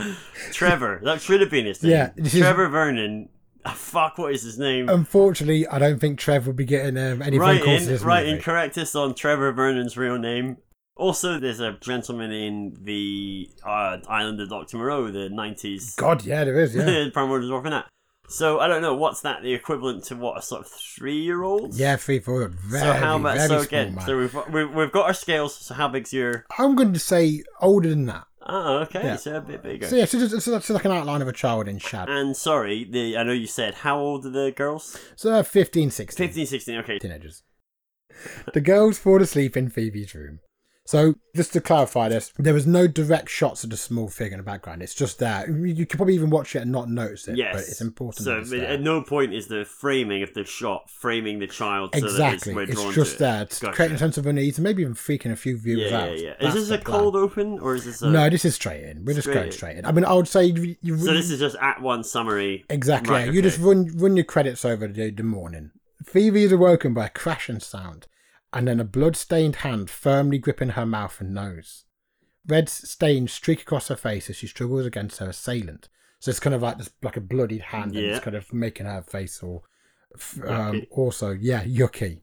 Trevor. That should have been his name. Yeah, this is- Trevor Vernon. Ah, fuck, what is his name? Unfortunately, I don't think Trev will be getting um, any phone Right calls to in, this right in, movie. correct us on Trevor Vernon's real name. Also, there's a gentleman in the uh, Island of Doctor Moreau, the 90s. God, yeah, there is. Yeah, Primordial Dwarf in that. So I don't know, what's that the equivalent to what, a sort of three year old? yeah, three, four. Very, so how about, so very small again, man. so we've, we've, we've got our scales, so how big's your. I'm going to say older than that. Oh, okay, Yeah. so a bit bigger. So yeah, so, just, so that's like an outline of a child in shadow. And sorry, the I know you said how old are the girls? So they're 15, 16. 15, 16, okay. Teenagers. the girls fall asleep in Phoebe's room. So just to clarify this, there was no direct shots of the small figure in the background. It's just there. You you could probably even watch it and not notice it. Yes. But it's important. So that it's at- there. at no point is the framing of the shot framing the child so that it's, exactly. we're It's, drawn just to there. It. It's Gotcha. creating a sense of unease and maybe even freaking a few yeah, viewers yeah, out. yeah. Is That's this the a plan. cold open or is this a No, this is straight in. We're just Straight going in. straight in. I mean, I would say you, you So this is just at one summary. Exactly. Right, yeah. You just okay. run run your credits over the, the morning. Phoebe is awoken by a crashing sound, and then a blood-stained hand firmly gripping her mouth and nose. Red stains streak across her face as she struggles against her assailant. So it's kind of like this, like a bloodied hand, and Yeah. it's kind of making her face all. f- Um, Yucky. also, yeah, yucky.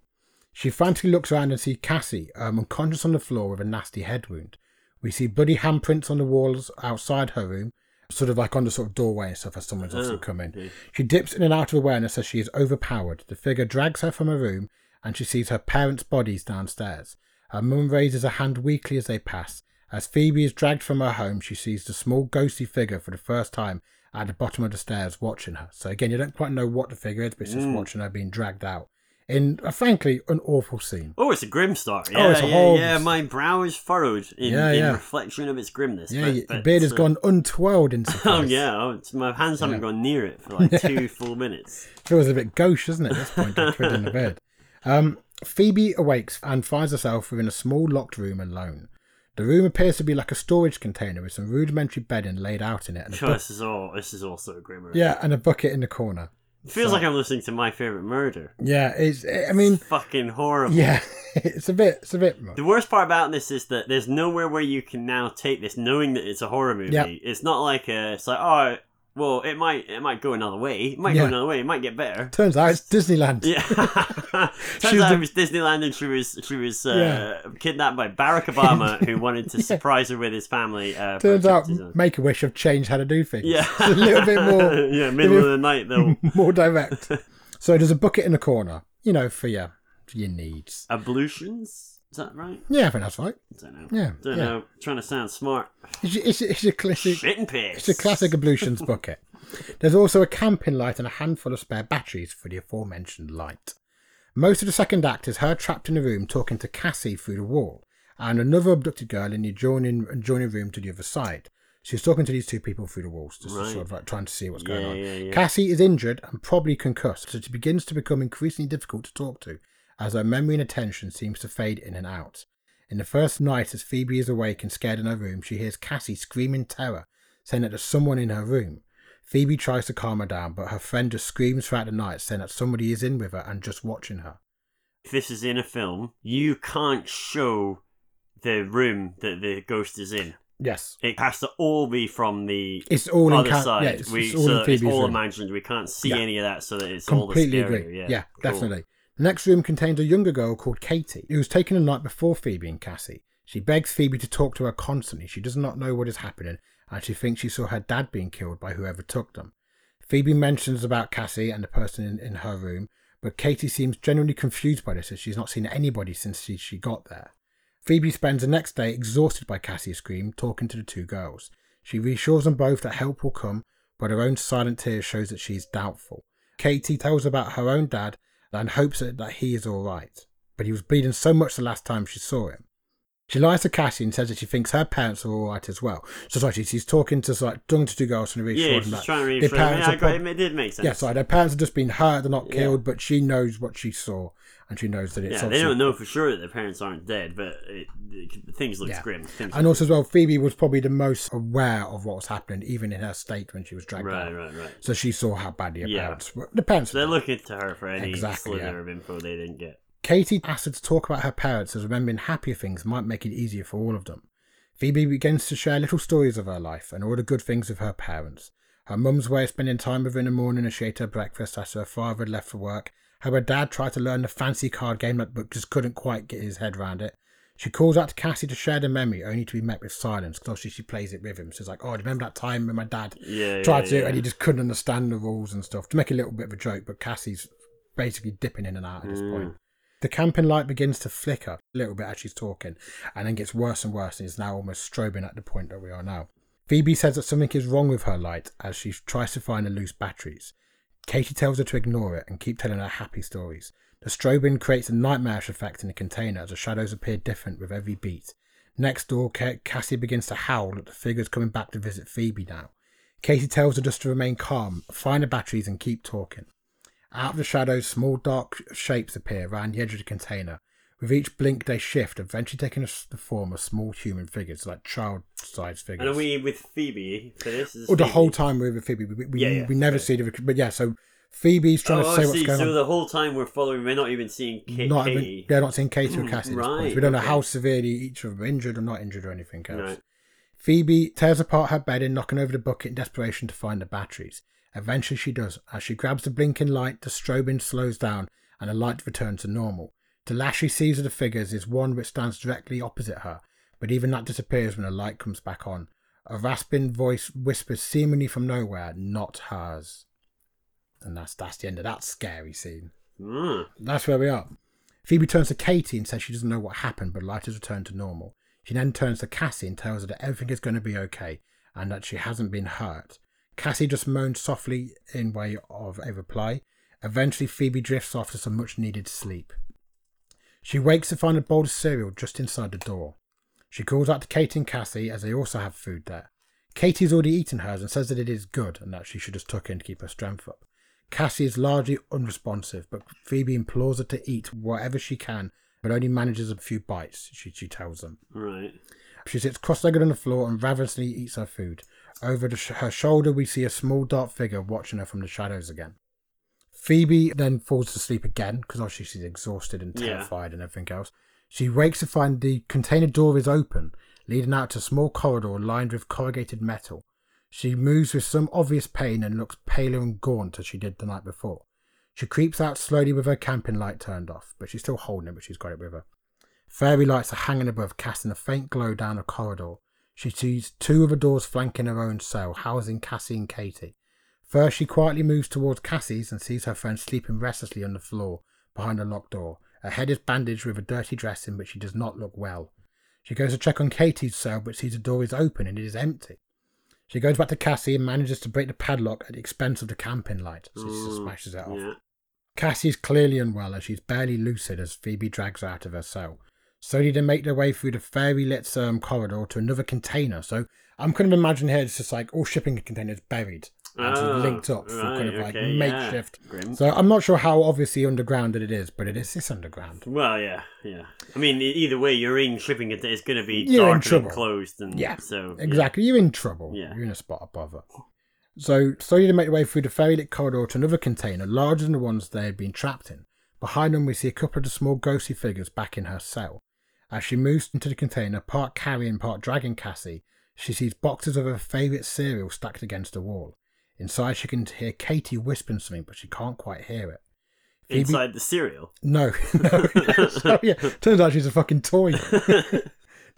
She frantically looks around and sees Cassie um, unconscious on the floor with a nasty head wound. We see bloody handprints on the walls outside her room, sort of like on the sort of doorway and stuff as someone's obviously Oh, come in. okay. She dips in and out of awareness as she is overpowered. The figure drags her from her room and she sees her parents' bodies downstairs. Her mum raises a hand weakly as they pass. As Phoebe is dragged from her home, she sees the small ghostly figure for the first time at the bottom of the stairs watching her. So again, you don't quite know what the figure is, but it's just Mm. watching her being dragged out. In, uh, frankly, an awful scene. Oh, it's a grim start. Yeah, Oh, it's a yeah, whole- yeah. My brow is furrowed in, Yeah, in yeah. reflection of its grimness. Yeah, but, your but, beard has uh, gone untwirled in Oh surprise. yeah, oh, it's, my hands haven't gone near it for like two full minutes. Feels a bit gauche, doesn't it? At this point, to put it in the bed. Um, Phoebe awakes and finds herself within a small locked room alone. The room appears to be like a storage container with some rudimentary bedding laid out in it, and a Sure, bu- this is all. This is all so grim. already. yeah, and a bucket in the corner. Feels So- like I'm listening to my favorite murder. Yeah, it's. I mean, Fucking horrible. yeah, it's a bit. It's a bit. The worst part about this is that there's nowhere where you can now take this knowing that it's a horror movie. Yep. It's not like a, it's like oh well it might it might go another way. It might Yeah. go another way. It might get better. Turns out it's Disneyland. Yeah. Turns She was out a- it was Disneyland and she was she was uh, kidnapped by Barack Obama who wanted to surprise her with his family. Uh, for Turns out baptism. Make a Wish have changed how to do things. yeah, It's a little bit more yeah, middle of the night though. more direct. So there's a bucket in the corner, you know, for your for your needs. Uh, Ablutions. Is that right? Yeah, I think that's right. I don't know. Yeah, Don't yeah. know. Trying to sound smart. It's, it's, it's a classic. Shit and piss. It's a classic ablutions bucket. There's also a camping light and a handful of spare batteries for the aforementioned light. Most of the second act is her trapped in a room talking to Cassie through the wall and another abducted girl in the adjoining, adjoining room to the other side. She's talking to these two people through the walls, just Right. sort of like trying to see what's Yeah, going on. yeah, yeah. Cassie is injured and probably concussed, so she begins to become increasingly difficult to talk to as her memory and attention seems to fade in and out. In the first night, as Phoebe is awake and scared in her room, she hears Cassie scream in terror, saying that there's someone in her room. Phoebe tries to calm her down, but her friend just screams throughout the night, saying that somebody is in with her and just watching her. If this is in a film, you can't show the room that the ghost is in. Yes. It has to all be from the It's all other in ca- side. yeah, it's, we, it's all so in that Phoebe's it's all room. imagined. We can't see Yeah. any of that, so that it's Completely all the scarier. agree. Yeah, Yeah, cool. definitely. The next room contains a younger girl called Katie, who was taken the night before Phoebe and Cassie. She begs Phoebe to talk to her constantly. She does not know what is happening, and she thinks she saw her dad being killed by whoever took them. Phoebe mentions about Cassie and the person in, in her room, but Katie seems genuinely confused by this as she's not seen anybody since she, she got there. Phoebe spends the next day exhausted by Cassie's scream, talking to the two girls. She reassures them both that help will come, but her own silent tears shows that she is doubtful. Katie tells about her own dad and hopes that, that he is all right, but he was bleeding so much the last time she saw him. She lies to Cassie and says that she thinks her parents are all right as well. So sorry, she, she's talking to like talking to two girls and reassuring Yeah, them she's that trying to their read through. it. parents Yeah, are I got prob- it. It did make sense. yeah, sorry, their parents have just been hurt, they're not Yeah. killed, but she knows what she saw and she knows that it's Yeah, they obviously- don't know for sure that their parents aren't dead, but it, it- things look Yeah. grim. Things And look- also as well, Phoebe was probably the most aware of what was happening, even in her state when she was dragged right, out. right, right. So she saw how badly her Yeah. parents were. The parents So they're looking to her for any Exactly, slither yeah. of info they didn't get. Katie asks her to talk about her parents as remembering happier things might make it easier for all of them. Phoebe begins to share little stories of her life and all the good things of her parents. Her mum's way of spending time with her in the morning as she ate her breakfast after her father had left for work. How her dad tried to learn the fancy card game that- but just couldn't quite get his head round it. She calls out to Cassie to share the memory, only to be met with silence because obviously she plays it with him. So it's like, oh, do you remember that time when my dad Yeah, tried yeah, to, yeah. and he just couldn't understand the rules and stuff. To make a little bit of a joke, but Cassie's basically dipping in and out at this Mm. point. The camping light begins to flicker a little bit as she's talking, and then gets worse and worse, and is now almost strobing at the point that we are now. Phoebe says that something is wrong with her light as she tries to find the loose batteries. Katie tells her to ignore it and keep telling her happy stories. The strobing creates a nightmarish effect in the container as the shadows appear different with every beat. Next door, Ca- Cassie begins to howl at the figures coming back to visit Phoebe now. Katie tells her just to remain calm, find the batteries, and keep talking. Out of the shadows, small dark sh- shapes appear around the edge of the container. With each blink, they shift, eventually taking us the form of small human figures, like child-sized figures. And are we with Phoebe for this? Is Or Oh, the Phoebe? whole time we're with Phoebe, we, we, Yeah, yeah, we never okay. see the. But yeah, so Phoebe's trying oh, to say I what's see. going so on. the whole time we're following, we're not even seeing Kate. not even- Katie. they're not seeing Katie or Cassie. at this point, Hmm, Right, so we don't know okay. how severely each of them are injured or not injured or anything else. No. Phoebe tears apart her bed and knocking over the bucket in desperation to find the batteries. Eventually, she does. As she grabs the blinking light, the strobing slows down and the light returns to normal. The last she sees of the figures is one which stands directly opposite her, but even that disappears when the light comes back on. A rasping voice whispers, seemingly from nowhere, not hers. And that's, that's the end of that scary scene. Mm. That's where we are. Phoebe turns to Katie and says she doesn't know what happened, but light has returned to normal. She then turns to Cassie and tells her that everything is going to be okay and that she hasn't been hurt. Cassie just moans softly in way of a reply. Eventually, Phoebe drifts off to some much needed sleep. She wakes to find a bowl of cereal just inside the door. She calls out to Katie and Cassie as they also have food there. Katie's already eaten hers and says that it is good and that she should just tuck in to keep her strength up. Cassie is largely unresponsive, but Phoebe implores her to eat whatever she can, but only manages a few bites, she, she tells them. Right. She sits cross legged on the floor and ravenously eats her food. Over the sh- her shoulder, we see a small dark figure watching her from the shadows again. Phoebe then falls asleep again because obviously she's exhausted and Yeah. terrified and everything else. She wakes to find the container door is open, leading out to a small corridor lined with corrugated metal. She moves with some obvious pain and looks paler and gaunt as she did the night before. She creeps out slowly with her camping light turned off, but she's still holding it, but she's got it with her. Fairy lights are hanging above, casting a faint glow down a corridor. She sees two of the doors flanking her own cell, housing Cassie and Katie. First, she quietly moves towards Cassie's and sees her friend sleeping restlessly on the floor behind a locked door. Her head is bandaged with a dirty dressing, but she does not look well. She goes to check on Katie's cell, but sees the door is open and it is empty. She goes back to Cassie and manages to break the padlock at the expense of the camping light, so she just Mm, smashes it off. Yeah. Cassie is clearly unwell as she's barely lucid as Phoebe drags her out of her cell. Slowly they make their way through the fairy lit um, corridor to another container. So I'm kind of imagining here it's just like all shipping containers buried and just Ah, linked up for right, kind of like okay, yeah. makeshift. Grim. So I'm not sure how obviously underground it is, but it is this underground. Well, yeah, yeah. I mean, e- either way, you're in shipping it. It's going to be You're in dark and trouble. closed, and Yeah, so yeah. exactly. You're in trouble. Yeah. You're in a spot of bother. So slowly they make their way through the fairy lit corridor to another container larger than the ones they had been trapped in. Behind them, we see a couple of the small ghostly figures back in her cell. As she moves into the container, part carrying, part dragging Cassie, she sees boxes of her favourite cereal stacked against the wall. Inside, she can hear Katie whispering something, but she can't quite hear it. Phoebe- Inside the cereal. No, no. so, yeah, turns out she's a fucking toy.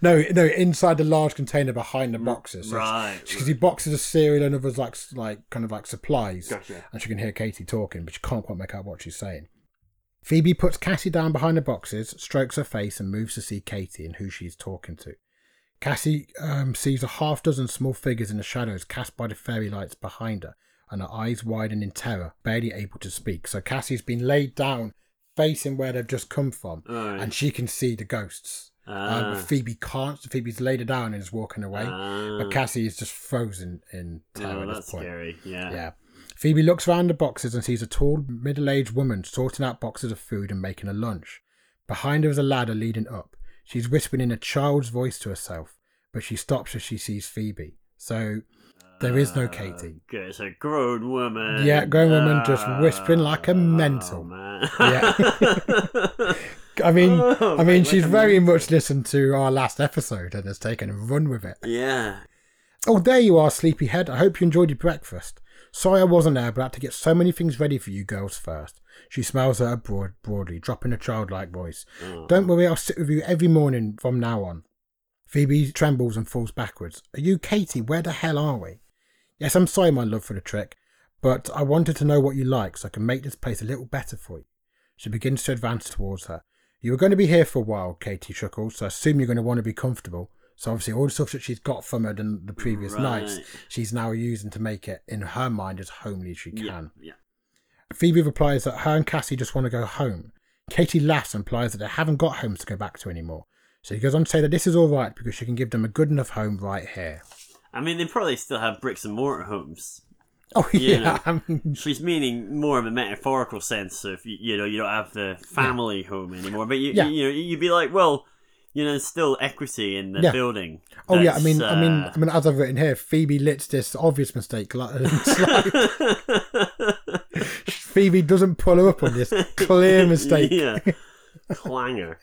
no, no, inside the large container behind the boxes. So Mm, Right. She can see boxes of cereal and others like like kind of like supplies, Gotcha. and she can hear Katie talking, but she can't quite make out what she's saying. Phoebe puts Cassie down behind the boxes, strokes her face, and moves to see Katie and who she's talking to. Cassie um, sees a half dozen small figures in the shadows cast by the fairy lights behind her, and her eyes widen in terror, barely able to speak. So Cassie's been laid down, facing where they've just come from, Alright. and she can see the ghosts. Um, Ah. but Phoebe can't. so Phoebe's laid her down and is walking away, Ah. but Cassie is just frozen in terror Oh, at that's this point. scary. Yeah. Yeah. Phoebe looks around the boxes and sees a tall, middle aged woman sorting out boxes of food and making a lunch. Behind her is a ladder leading up. She's whispering in a child's voice to herself, but she stops as she sees Phoebe. So there is no Uh, Katie. good. It's a grown woman. Yeah, grown woman just whispering like a Oh, mental. man. Yeah. I mean, Oh, I mean, like she's a very meme. much listened to our last episode and has taken a run with it. yeah. Oh, there you are, sleepyhead. I hope you enjoyed your breakfast. Sorry I wasn't there, but I had to get so many things ready for you girls first. She smiles at her broad, broadly, dropping a childlike voice. Oh. Mm. Don't worry, I'll sit with you every morning from now on. Phoebe trembles and falls backwards. Are you Katie? Where the hell are we? Yes, I'm sorry, my love, for the trick, but I wanted to know what you like so I can make this place a little better for you. She begins to advance towards her. You were going to be here for a while, Katie chuckles, so I assume you're going to want to be comfortable. So obviously all the stuff that she's got from her than the previous Right. nights, she's now using to make it in her mind as homely as she can. Yeah. Yeah. Phoebe replies that her and Cassie just want to go home. Katie laughs and implies that they haven't got homes to go back to anymore. So he goes on to say that this is all right because she can give them a good enough home right here. I mean, they probably still have bricks and mortar homes. Oh Yeah. yeah, I mean, She's meaning more of a metaphorical sense of you, you know you don't have the family home anymore, but you Yeah. you know you'd be like, well, you know, there's still equity in the Yeah. building. oh yeah, I mean, That's, I mean, uh, I mean, as I've written here, Phoebe lits this obvious mistake. Like, slight- uh, Phoebe doesn't pull her up on this clear mistake. yeah, clanger.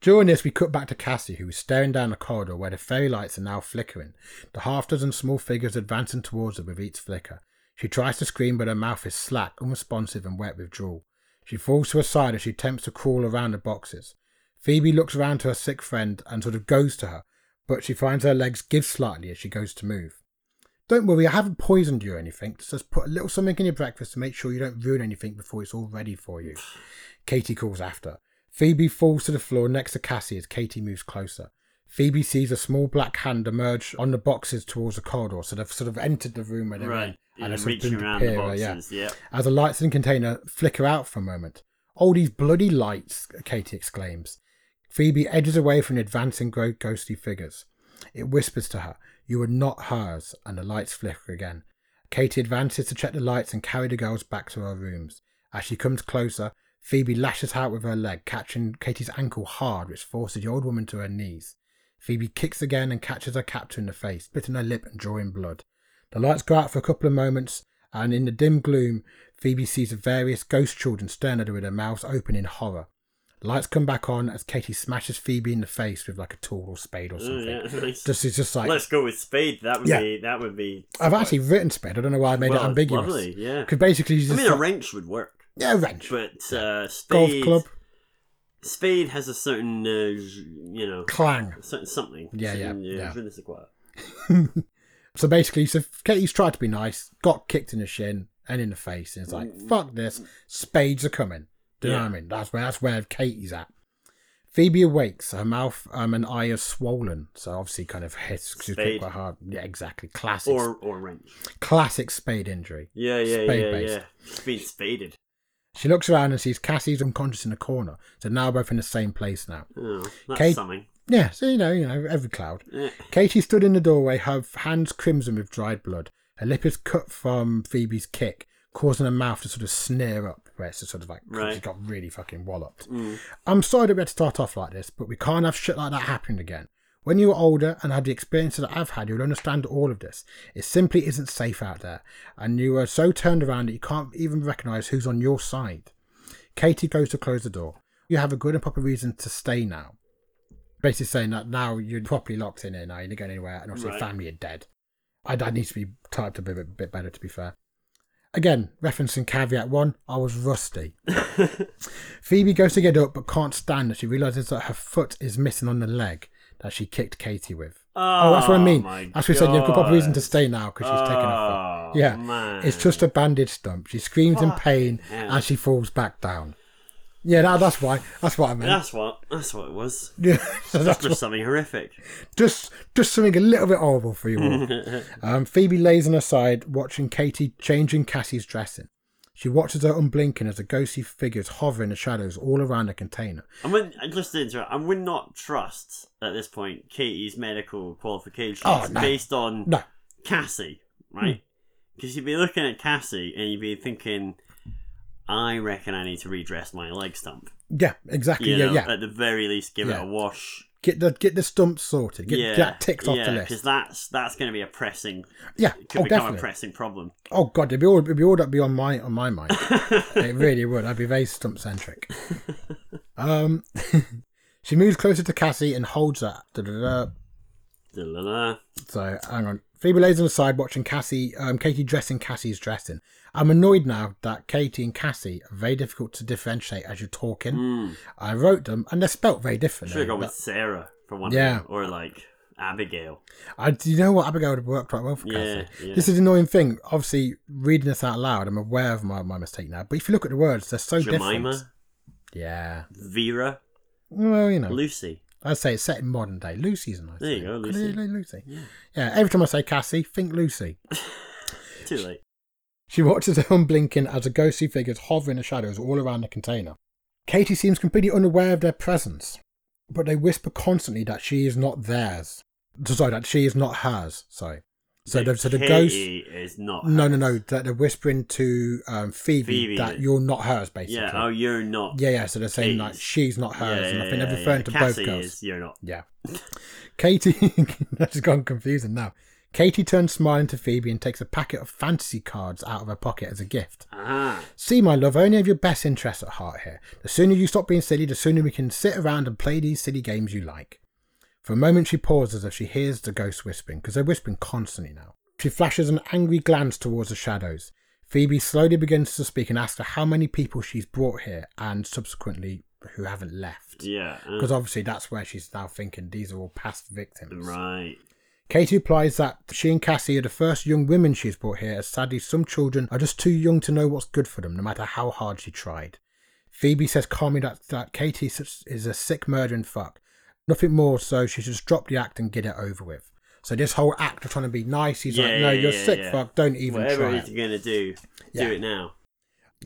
During this, we cut back to Cassie, who is staring down the corridor where the fairy lights are now flickering. The half dozen small figures advancing towards her with each flicker. She tries to scream, but her mouth is slack, unresponsive, and wet with drool. She falls to her side as she attempts to crawl around the boxes. Phoebe looks around to her sick friend and sort of goes to her, but she finds her legs give slightly as she goes to move. Don't worry, I haven't poisoned you or anything. Just put a little something in your breakfast to make sure you don't ruin anything before it's all ready for you. Katie calls after. Phoebe falls to the floor next to Cassie as Katie moves closer. Phoebe sees a small black hand emerge on the boxes towards the corridor, so they've sort of entered the room where they're Right, in, yeah, it's sort of reaching been around the appear, uh, yeah. boxes. Yeah, As the lights in the container flicker out for a moment. All these bloody lights, Katie exclaims. Phoebe edges away from the advancing gro- ghostly figures. It whispers to her, You are not hers, and the lights flicker again. Katie advances to check the lights and carry the girls back to her rooms. As she comes closer, Phoebe lashes out with her leg, catching Katie's ankle hard, which forces the old woman to her knees. Phoebe kicks again and catches her captor in the face, splitting her lip and drawing blood. The lights go out for a couple of moments, and in the dim gloom, Phoebe sees various ghost children staring at her with their mouths open in horror. Lights come back on as Katie smashes Phoebe in the face with like a tool or spade or something. Yeah, nice. Just it's just like Let's go with Spade. That would Yeah. be that would be. I've actually written spade. I don't know why I made Well, it ambiguous. Lovely, yeah. Because basically, you I just mean, a like- wrench would work, yeah, wrench, but uh, golf Spade club, Spade has a certain uh, you know clang. certain something. Yeah, yeah, Certain, uh, yeah. je ne sais quoi. So basically, so Katie's tried to be nice, got kicked in the shin and in the face, and it's like, Mm. fuck this, spades are coming. Do you know what I mean? That's where that's where Katie's at. Phoebe awakes, her mouth um, and eye are swollen, so obviously kind of hits 'cause she's Spade. kicked quite hard. Yeah, exactly. Classic, Or or wrench. classic spade injury. Yeah, yeah, yeah, Spade-based. yeah. It's been spaded. She looks around and sees Cassie's unconscious in the corner, so now both in the same place now. Oh, that's Kate- something. Yeah, so you know, you know, every cloud. Eh. Katie stood in the doorway, her hands crimson with dried blood. Her lip is cut from Phoebe's kick, causing her mouth to sort of sneer up, where it's just sort of like she Right. got really fucking walloped. Mm. I'm sorry that we had to start off like this, but we can't have shit like that happening again. When you are older and had the experiences that I've had, you'll understand all of this. It simply isn't safe out there, and you are so turned around that you can't even recognise who's on your side. Katie goes to close the door. You have a good and proper reason to stay now. Basically saying that now you're properly locked in here now, you're not going anywhere, and obviously Right. your family are dead. I, I need to be typed a bit, bit better, to be fair. Again, referencing caveat one, I was rusty. Phoebe goes to get up but can't stand as she realizes that her foot is missing on the leg that she kicked Katie with. Oh, that's what I mean. my That's what we said. You've got proper reason to God. stay now because she's taken her Oh, foot. Yeah, man. it's just a bandage stump. She screams in pain Fucking hell. as she falls back down. Yeah, that, that's why. That's what I meant. That's what. That's what it was. Yeah, so that's That's just something horrific. just just something a little bit horrible for you all. um, Phoebe lays on her side, watching Katie changing Cassie's dressing. She watches her unblinking as the ghostly figures hover in the shadows all around the container. I would just to interrupt. I would not trust at this point Katie's medical qualifications Oh, no. based on No, Hmm. Cassie, right? Because you'd be looking at Cassie and you'd be thinking, I reckon I need to redress my leg stump. yeah, exactly, You yeah, know, uh, yeah. at the very least, give Yeah. it a wash. Get the get the stump sorted. Get yeah, that ticked off yeah, the because list. that's that's going to be a pressing. Yeah, Could oh become definitely. a pressing problem. Oh god, it'd be all it'd be all that'd be on my on my mind. it really would. I'd be very stump centric. um, she moves closer to Cassie and holds her. Da-da-da. Da-la-la. So hang on. Phoebe lays on the side watching Cassie, um, Katie dressing Cassie's dressing. I'm annoyed now that Katie and Cassie are very difficult to differentiate as you're talking. Mm. I wrote them and they're spelt very Should have differently. Hmm. gone with but Sarah for one. Yeah. thing, or like Abigail. I, do you know what? Abigail would have worked quite well for Yeah, Cassie. yeah. This is the annoying thing. Obviously, reading this out loud, I'm aware of my, my mistake now. But if you look at the words, they're so Jemima, different. Yeah. Vera, Well, you know. Lucy. I'd say it's set in modern day. Lucy's a nice. There you go, name. Could I Lucy. do Lucy. Yeah. Every time I say Cassie, think Lucy. Too late. She watches her unblinking as the ghostly figures hover in the shadows all around the container. Katie seems completely unaware of their presence, but they whisper constantly that she is not theirs. Sorry, that she is not hers. Sorry. So the, so the ghost. Katie is not. No, no, hers. no. That they're whispering to um, Phoebe, Phoebe. that you're not hers, basically. Yeah. Oh, you're not. yeah, yeah. So they're saying like Katie's. she's not hers, and I think they're referring to Cassie both girls. Is, you're not. Yeah. Katie, that's gone confusing now. Katie turns smiling to Phoebe and takes a packet of fantasy cards out of her pocket as a gift. Ah, See, my love, I only have your best interests at heart here. The sooner you stop being silly, the sooner we can sit around and play these silly games you like. For a moment, she pauses as she hears the ghost whispering, because they're whispering constantly now. She flashes an angry glance towards the shadows. Phoebe slowly begins to speak and asks her how many people she's brought here and subsequently who haven't left yeah. uh, because obviously that's where she's now thinking these are all past victims. right. Katie implies that she and Cassie are the first young women she's brought here, as sadly some children are just too young to know what's good for them, no matter how hard she tried. Phoebe says calmly that, that Katie is such- is a sick murdering fuck. Nothing more, so she should just drop the act and get it over with. So this whole act of trying to be nice, he's Yeah, like, no, yeah, you're yeah, sick yeah. fuck, don't even Whatever try. he's it." gonna do, Yeah. do it now.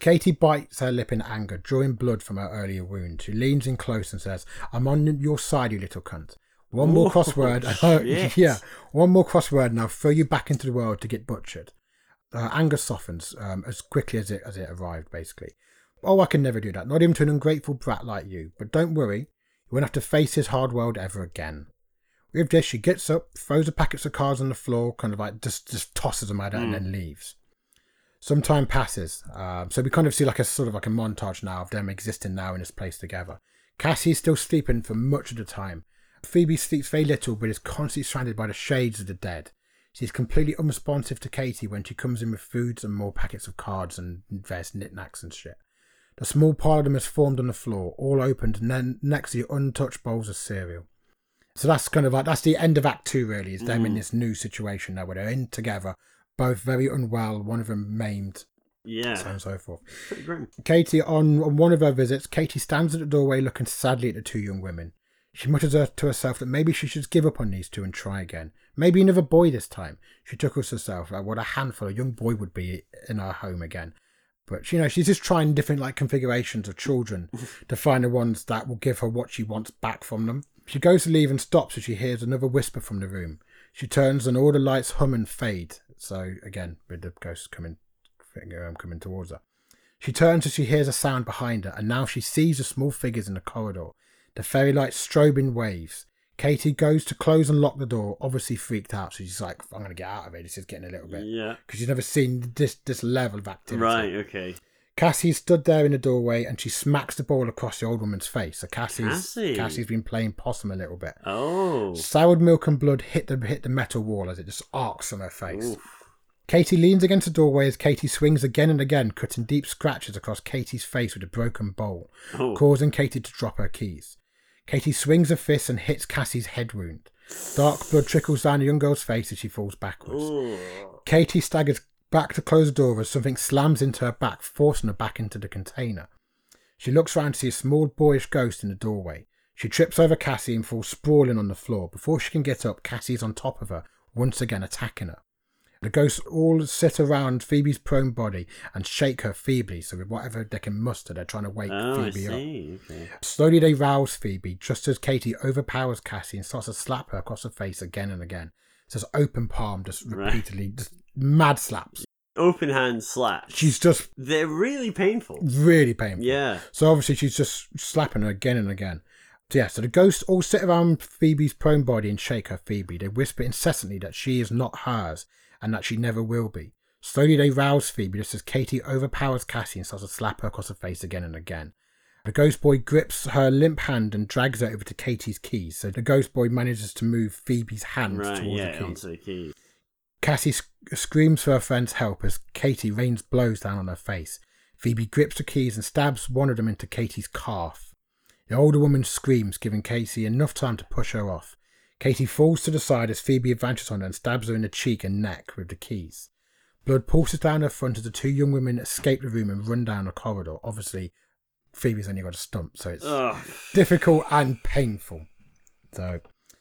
Katie bites her lip in anger, drawing blood from her earlier wound. She leans in close and says, I'm on your side, you little cunt. One more Whoa, crossword. and shit. yeah, one more crossword and I'll throw you back into the world to get butchered. Her anger softens um, as quickly as it, as it arrived, basically. Oh, I can never do that, not even to an ungrateful brat like you. But don't worry, you won't have to face his hard world ever again. With this, she gets up, throws the packets of cards on the floor, kind of like just, just tosses them at her and then leaves. Some time passes, um, so we kind of see like a sort of like a montage now of them existing now in this place together. Cassie's still sleeping for much of the time. Phoebe sleeps very little, but is constantly surrounded by the shades of the dead. She's completely unresponsive to Katie when she comes in with foods and more packets of cards and various knickknacks and shit. The small pile of them is formed on the floor, all opened, and then next to the untouched bowls of cereal. So that's kind of like that's the end of Act Two, really. Is them in this new situation now where they're in together, both very unwell, one of them maimed, so on Yeah. and so forth. Pretty grim. Katie, on, on one of her visits, Katie stands at the doorway looking sadly at the two young women. She mutters her- to herself that maybe she should give up on these two and try again. Maybe another boy this time. She chuckles to herself at what a handful a young boy would be in her home again. But you know, she's just trying different like configurations of children to find the ones that will give her what she wants back from them. She goes to leave and stops as she hears another whisper from the room. She turns and all the lights hum and fade. So again, with the ghosts coming, um, coming towards her. She turns as she hears a sound behind her, and now she sees the small figures in the corridor. The fairy light strobe in waves. Katie goes to close and lock the door, obviously freaked out. So she's like, "I'm gonna get out of here. This is getting a little bit." Yeah. Because she's never seen this this level of activity. Right, okay. Cassie stood there in the doorway, and she smacks the ball across the old woman's face. So Cassie's Cassie. Cassie's been playing possum a little bit. Oh. Soured milk and blood hit the hit the metal wall as it just arcs from her face. Oof. Katie leans against the doorway as Katie swings again and again, cutting deep scratches across Katie's face with a broken bowl, Oh. causing Katie to drop her keys. Katie swings a fist and hits Cassie's head wound. Dark blood trickles down the young girl's face as she falls backwards. Oh. Katie staggers back to close the door as something slams into her back, forcing her back into the container. She looks round to see a small boyish ghost in the doorway. She trips over Cassie and falls sprawling on the floor. Before she can get up, Cassie is on top of her, once again attacking her. The ghosts all sit around Phoebe's prone body and shake her feebly, so with whatever they can muster, they're trying to wake Oh, I Phoebe up. see. Okay. Slowly they rouse Phoebe, just as Katie overpowers Cassie and starts to slap her across the face again and again. So it's open palm, just Right. repeatedly, just mad slaps. Open hand slash. She's just They're really painful. really painful. Yeah. So obviously she's just slapping her again and again. So yeah, so the ghosts all sit around Phoebe's prone body and shake her Phoebe. They whisper incessantly that she is not hers and that she never will be. Slowly they rouse Phoebe just as Katie overpowers Cassie and starts to slap her across the face again and again. The ghost boy grips her limp hand and drags her over to Katie's keys. So the ghost boy manages to move Phoebe's hand Right, towards yeah, the keys. onto the key. Cassie sc- screams for her friend's help as Katie rains blows down on her face. Phoebe grips the keys and stabs one of them into Katie's calf. The older woman screams, giving Casey enough time to push her off. Katie falls to the side as Phoebe advances on her and stabs her in the cheek and neck with the keys. Blood pulses down her front as the two young women escape the room and run down the corridor. Obviously, Phoebe's only got a stump, so it's Ugh. difficult and painful. So,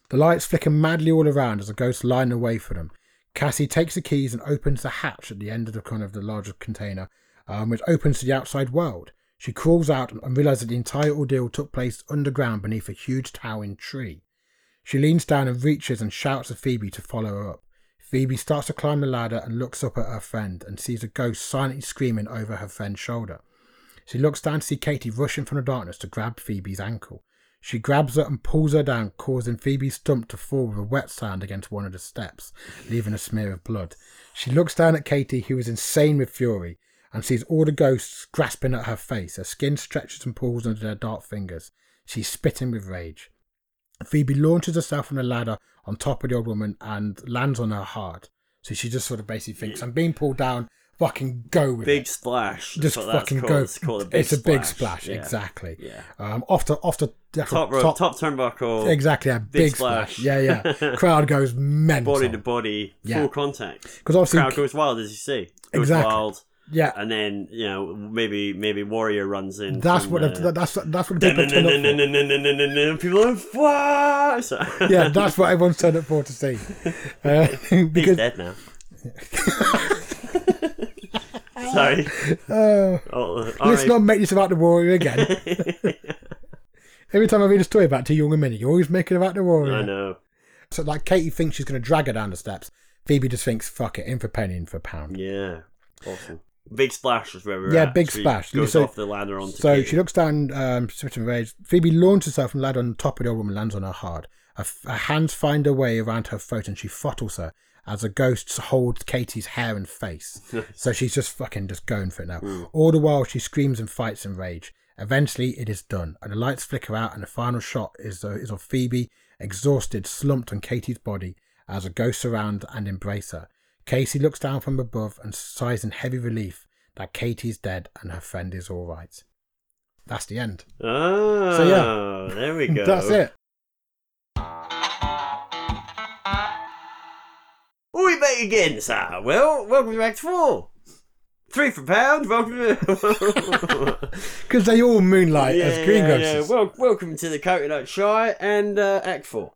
the lights flicker madly all around as the ghosts line the way for them. Cassie takes the keys and opens the hatch at the end of the kind of the larger container, um, which opens to the outside world. She crawls out and realizes that the entire ordeal took place underground beneath a huge towering tree. She leans down and reaches and shouts at Phoebe to follow her up. Phoebe starts to climb the ladder and looks up at her friend and sees a ghost silently screaming over her friend's shoulder. She looks down to see Katie rushing from the darkness to grab Phoebe's ankle. She grabs her and pulls her down, causing Phoebe's stump to fall with a wet sound against one of the steps, leaving a smear of blood. She looks down at Katie, who is insane with fury, and sees all the ghosts grasping at her face. Her skin stretches and pulls under their dark fingers. She's spitting with rage. Phoebe launches herself from the ladder on top of the old woman and lands on her hard. So she just sort of basically thinks, I'm being pulled down, fucking go with it Big splash. That's just what that's fucking called. go. It's called a big It's a splash. big splash, Yeah. exactly. Yeah. Um, off the off the Top rope, top, turnbuckle, exactly a big, splash. splash. Yeah, yeah. Crowd goes mental. body to body, Yeah. full contact. 'Cause obviously- crowd goes wild, as you see. Goes Exactly. wild, yeah, and then you know maybe maybe warrior runs in. that's from what the- the, that's that's what people turn up for. People are fly. So- Yeah, that's what everyone's turned up for to see. Uh, He's because dead now. Sorry. Oh, all let's right. not make this about the warrior again. Every time I read a story about two young women, you're always making about the warrior. I know. So like Katie thinks she's going to drag her down the steps. Phoebe just thinks, "Fuck it, in for penny, in for pound." Yeah. Awesome. Big splash is where we're Yeah, at. big She splash. Goes So- off the ladder onto So Kate. she looks down, um, switching rage. Phoebe launches herself from the ladder on top of the old woman, lands on her hard. Her, her hands find a way around her throat and she throttles her as the ghosts hold Katie's hair and face. so she's just fucking just going for it now. All the while she screams and fights in rage. Eventually it is done, and the lights flicker out, and the final shot is, uh, is of Phoebe, exhausted, slumped on Katie's body as the ghosts surround and embrace her. Casey looks down from above and sighs in heavy relief that Katie's dead and her friend is all right. That's the end. Oh, So, yeah. there we go. That's it. Oh, we back again, sir. Well, welcome to Act 4. Three for pound, welcome to... Because they all moonlight as greengrocers. Well, welcome to the Coconut Shire and uh, Act 4.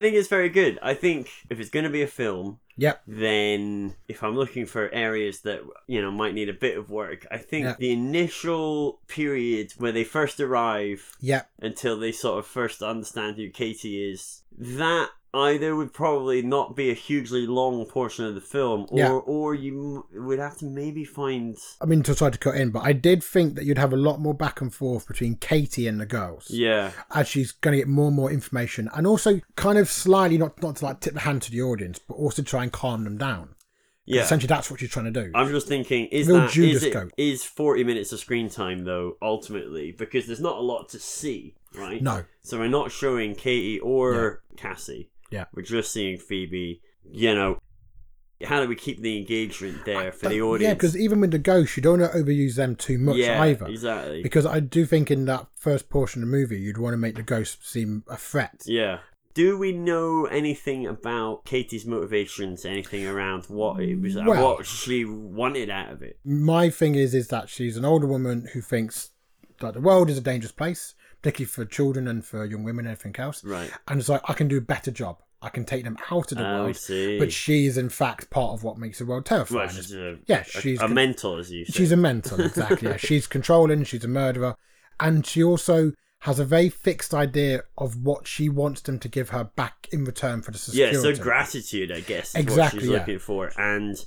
I think it's very good. I think if it's going to be a film, Yep. then if I'm looking for areas that you know might need a bit of work, I think Yeah. the initial period where they first arrive Yep. until they sort of first understand who Katie is, that either would probably not be a hugely long portion of the film, or Yeah. or you m- would have to maybe find I mean, to try to cut in, but I did think that you'd have a lot more back and forth between Katie and the girls. yeah. As she's going to get more and more information, and also kind of slyly, not not to like tip the hand to the audience, but also try and calm them down. Yeah, Essentially, that's what she's trying to do. I'm just thinking, is Real that Judas is, it, goat. is 40 minutes of screen time though ultimately because there's not a lot to see, right? No. So we're not showing Katie or Cassie. Yeah. We're just seeing Phoebe. You know, how do we keep the engagement there for But- the Yeah, audience? because even with the ghosts, you don't want to overuse them too much Yeah, either. exactly. Because I do think in that first portion of the movie, you'd want to make the ghosts seem a threat. Yeah. Do we know anything about Katie's motivations? Anything around what it was, uh, Well- what she wanted out of it? my thing is is that she's an older woman who thinks that the world is a dangerous place, particularly for children and for young women and everything else. Right. And it's like I can do a better job. I can take them out of the Oh, I world. see. But she is in fact part of what makes the world terrifying. Well, she's a, yeah, a- she's a con- mentor, as you say. she's a mental, exactly. yeah. She's controlling, she's a murderer, and she also has a very fixed idea of what she wants them to give her back in return for the yeah, security. so gratitude, I guess, is Exactly, what she's yeah. looking for, and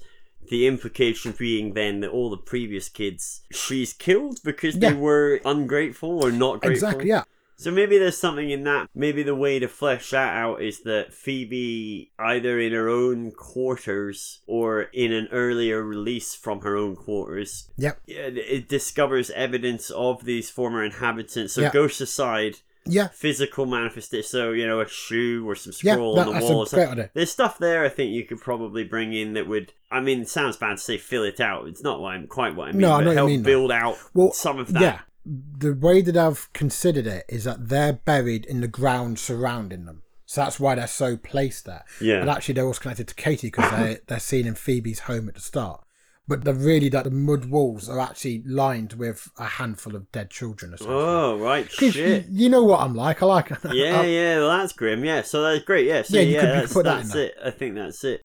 the implication being then that all the previous kids she's killed because they Yeah. were ungrateful or not grateful. Exactly, yeah. So maybe there's something in that. Maybe the way to flesh that out is that Phoebe, either in her own quarters or in an earlier release from her own quarters, Yep. yeah, it discovers evidence of these former inhabitants. So Yeah. ghosts aside, Yeah. physical manifestation. So you know, a shoe or some Yeah, scroll that- on the that's wall. a or something. great idea. There's stuff there. I think you could probably bring in that would. I mean, it sounds bad to say fill it out. It's not what I'm quite what I mean. No, I but know what you help mean, though. build out well, some of that. Yeah, the way that I've considered it is that they're buried in the ground surrounding them, so that's why they're so placed there. Yeah. but actually they're also connected to Katie because they they're seen in Phoebe's home at the start. But they're really that the mud walls are actually lined with a handful of dead children. Essentially. Oh right, 'Cause shit. You, you know what I'm like. I like. Yeah, yeah, well, that's grim. Yeah, so that's great. Yeah, so Um, Yeah, yeah, you could- you could that's, put that that's in there. it. I think that's it.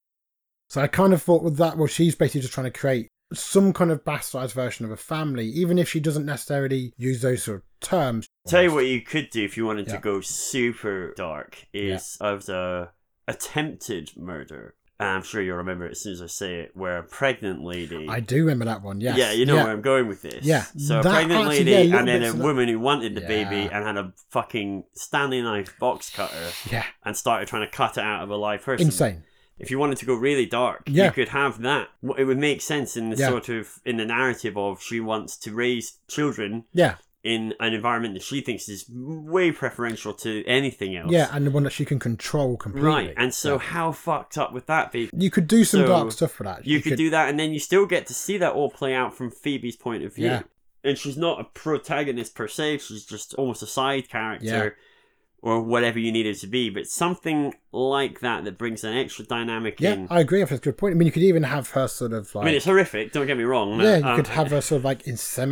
So I kind of thought with that, well, she's basically just trying to create some kind of bastardized version of a family, even if she doesn't necessarily use those sort of terms. Tell you what you could do if you wanted to Yeah. go super dark is of the attempted murder. And I'm sure you'll remember it as soon as I say it, where a pregnant lady. I do remember that one. Yes. Yeah, you know where I'm going with this. Yeah, So a that pregnant actually- yeah, lady little and then bits a of that- woman who wanted the baby Yeah. and had a fucking Stanley knife box cutter Yeah. and started trying to cut it out of a live person. Insane. If you wanted to go really dark, Yeah. you could have that. Wh- It would make sense in the Yeah. sort of in the narrative of she wants to raise children Yeah. in an environment that she thinks is way preferential to anything else. Yeah, and the one that she can control completely. Right. And so how fucked up would that be? you could do some So, dark stuff for that. you could, do that, and then you still get to see that all play out from Phoebe's point of view. Yeah. And she's not a protagonist per se; she's just almost a side character, Yeah. or whatever you need her to be. But something like that that brings an extra dynamic Yeah, in. I, I agree. I think That's a good point. I mean, you could even have her sort of like. mean, it's horrific. Don't get me wrong. yeah, you uh, could have her sort of like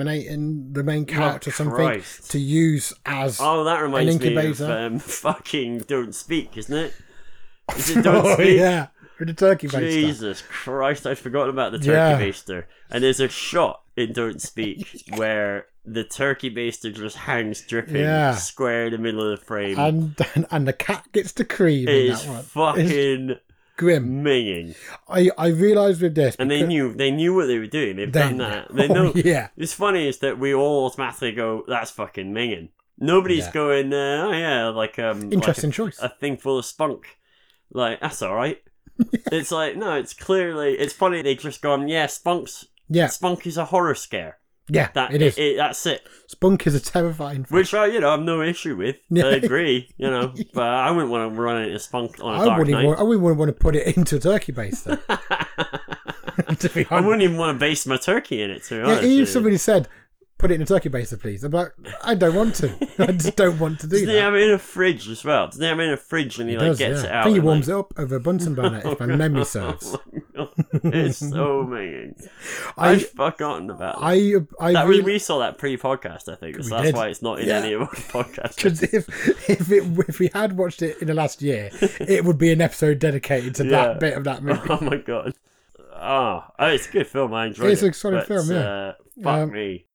inseminating the main character or something Christ. to use as. Oh, that reminds me of incubator. um, fucking "Don't Speak," isn't it? Is it "Don't Oh, Speak"? yeah, with the turkey baster. Jesus Christ, I'd forgotten about the turkey Yeah. baster. And there's a shot in Don't Speak where the turkey baster just hangs dripping Yeah. square in the middle of the frame. And, and and the cat gets the cream it in is that one. It's fucking grim. minging. I I realised with this, And they because- knew they knew what they were doing. They've They done knew. that. They Oh, know yeah. It's funny is that we all automatically go, that's fucking minging. Nobody's Yeah. going, uh, oh yeah, like um like a- interesting choice. a thing full of spunk. Like that's all right. it's like no, it's clearly it's funny they just gone yeah, Spunk's Yeah, Spunk is a horror scare. yeah, That it is. that's it. Spunk is a terrifying. thing. Which I you know I've no issue with. Yeah. I agree, you know, but I wouldn't want to run into Spunk on a I dark wouldn't, night. even want, I wouldn't even want to put it into a turkey base, though. to be I honest. wouldn't even want to base my turkey in it. To be Yeah, honest, even if with you. somebody said, "Put it in a turkey baster, please," I'm like, I don't want to. I just don't want to do Doesn't he that. have it in a fridge as well? Doesn't he have it in a fridge and he, like Does, gets yeah. it out? I think he and, warms like- it up over a Bunsen burner if my memory serves. Oh my God. it's so mean. I- I've forgotten about that. I I That- we, really we saw that pre-podcast, I think, so We that's did. why it's not in Yeah. any of our podcasts. because if if it if we had watched it in the last year, it would be an episode dedicated to Yeah. that bit of that movie. oh my god! Oh, oh, it's a good film. I enjoyed It's it. a solid but, film, yeah. Uh, fuck Um, me.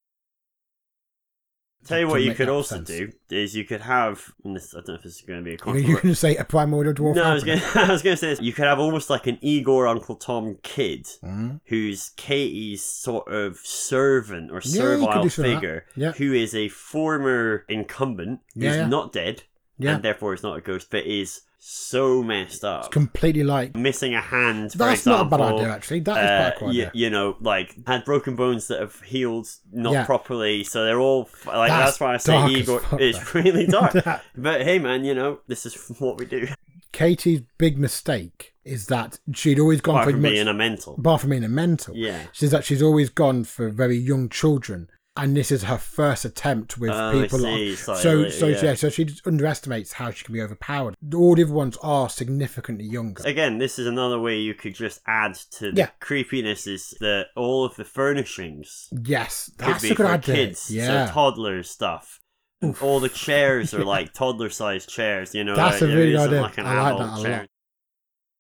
Tell you to what, you make could that also sense. do is you could have. And this, I don't know if this is going to be a You know, you controversial. can say a primordial dwarf. Oh, No, I was happening. going. I was going to say this. You could have almost like an Igor Uncle Tom kid, Mhm. who's Katie's sort of servant or Yeah, you could servile do something like that. figure, Yeah. who is a former incumbent who's Yeah, yeah. not dead Yeah, and therefore is not a ghost, but is so messed up, it's completely like missing a hand. for that's not a bad example. idea. Actually, that is Uh, quite a cool y- idea. you know, like had broken bones that have healed not Yeah. properly, so they're all f- like that's, That's why I dark say as Igor. fuck, It's though. really dark. That- but hey, man, you know this is what we do. Katie's big mistake is that she'd always gone Apart for from much, being a mental. apart from being a mental. Yeah. She's that she's always gone for very young children, and this is her first attempt with Oh, I people. see, slightly so, later, so yeah. yeah. so she just underestimates how she can be overpowered. All the other ones are significantly younger. Again, this is another way you could just add to the Yeah. creepiness is that all of the furnishings yes, could that's be a good for idea. kids, yeah, so toddlers stuff. And all the chairs are like toddler-sized chairs, you know. That's like, a you know, it really good isn't idea. Like an I like that adult a chair. lot.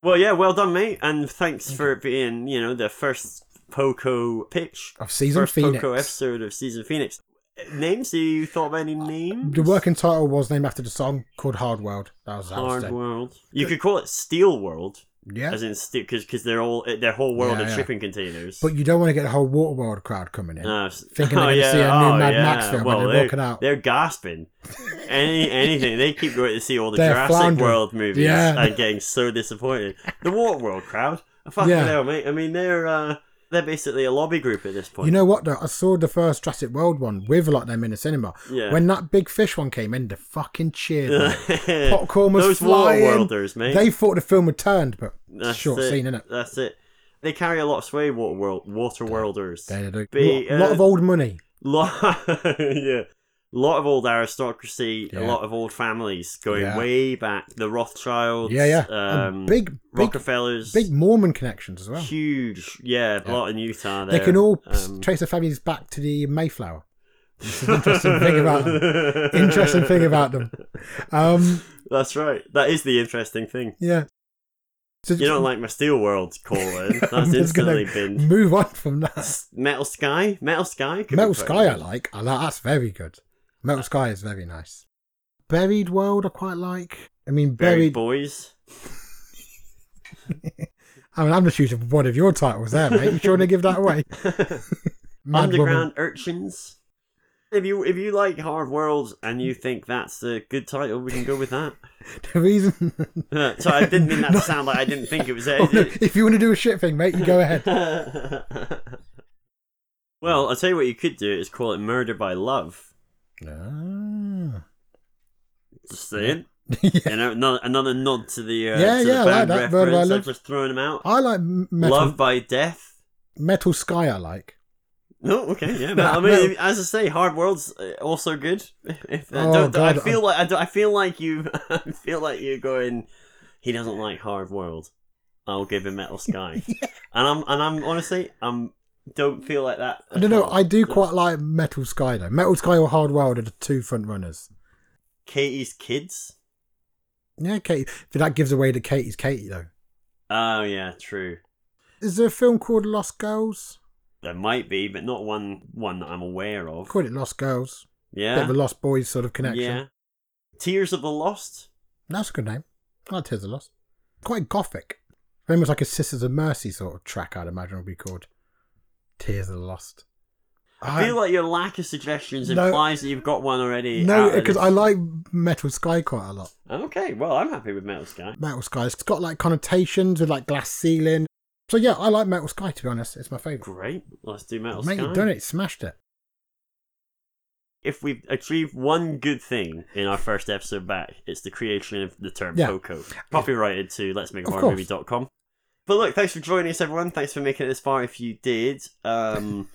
Well, yeah, well done, mate, and thanks for being, you know, the first Poco pitch of season first Phoenix. Poco episode of season Phoenix. Names? Do you thought of any names? The working title was named after the song called Hard World. That was that was Hard it. World. You could call it Steel World, Yeah, as in because because they're all their whole world Yeah, are yeah. shipping containers. but you don't want to get the whole Water World crowd coming in. No, s- Thinking they're gonna see a new Mad Max film and Oh, Well, they're they're walking out. They're gasping. Any anything they keep going to see all the They're Jurassic floundering. World movies Yeah. and getting so disappointed. The Water World crowd, fucking Yeah. hell, mate. I mean, they're uh, they're basically a lobby group at this point. You know what though? I saw the first Jurassic World one with a lot of them in the cinema. Yeah. When that big fish one came in, the fucking cheered. man. Popcorn was those flying. Waterworlders, mate. They thought the film had turned, but That's short it. scene, innit? That's it. They carry a lot of sway, Waterworld Waterworlders. They did a Be, lot, lot of uh, old money. lot, yeah, lot of old aristocracy, a Yeah. lot of old families going Yeah. way back. The Rothschilds, Yeah, yeah. And um, big, big, Rockefellers, big Mormon connections as well. huge, yeah, a Yeah. lot in Utah. They There. can all p- Um, trace their families back to the Mayflower. It's an interesting thing about them. Interesting thing about them. Um, That's right. That is the interesting thing. yeah. So You don't like my Steel World call in. That's instantly been move on from that. Metal Sky. Metal Sky. could be Metal quite Sky, I good. like. I like. That's very good. Metal Sky is very nice. Buried World, I quite like. I mean, Buried buried. Boys. I mean, I'm just using one of your titles there, mate. You trying to give that away? Mad Woman. Underground Urchins. If you if you like Hard Worlds and you think that's a good title, we can go with that. The reason. so I didn't mean that to sound like I didn't think it was it. Oh, no, if you want to do a shit thing, mate, you go ahead. well, I'll tell you what you could do is call it Murder by Love. Ah. Just saying. yeah. You know, another, another nod to the, uh, Yeah, to yeah, I the band like that, Murder reference. by I'm Love. just throwing them out. I like m- metal. Love by Death. Metal Sky, I like. No, okay, yeah, No, but I mean, no. as I say, Hard World's uh, also good. If, I Oh, don't, I God, feel like I, don't- I feel like you, I feel like you're going. He doesn't like Hard World. I'll give him Metal Sky, and I'm and I'm honestly, I'm don't feel like that. I don't know. at all. I do quite like Metal Sky though. Metal Sky or Hard World are the two front runners. Katie's kids. Yeah, Katie. But that gives away that Katie's Katie though. Oh yeah, true. Is there a film called Lost Girls? There might be, but not one one that I'm aware I of. call it Lost Girls. Bit Yeah, of a Lost Boys sort of connection. yeah. Tears of the Lost. That's a good name. I like Tears of Lost. Quite gothic. Very much like a Sisters of Mercy sort of track, I'd imagine would be called. Tears of the Lost. I feel like your lack of suggestions No. implies that you've got one already. No, out and because it's- I like Metal Sky quite a lot. Okay, well, I'm happy with Metal Sky. Metal Sky. It's got like connotations with like glass ceiling. So yeah, I like Metal Sky to be honest. It's my favourite. Great. Let's do Metal Mate, Sky. you've done it. Smashed it. If we've achieved one good thing in our first episode back, it's the creation of the term Yeah. Poco. Copyrighted to let's make a Of horror course. movie.com. But look, thanks for joining us, everyone. Thanks for making it this far. If you did, um,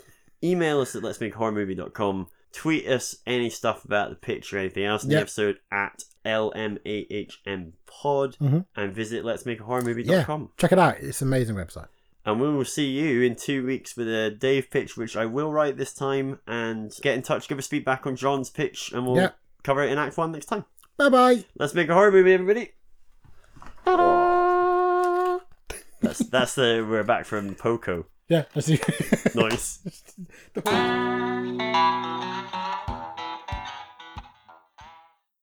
email us at let's make a horror movie.com. Tweet us any stuff about the pitch or anything else in Yeah. the episode at LMAHM pod Mhm. and visit let's make a horror Yeah, movie.com. check it out. It's an amazing website. And we will see you in two weeks with a Dave pitch, which I will write this time. And get in touch, give us feedback on John's pitch, and we'll Yeah. cover it in Act One next time. Bye bye. Let's make a horror movie, everybody. That's that's the we're back from Poco Yeah, I see. noise. The-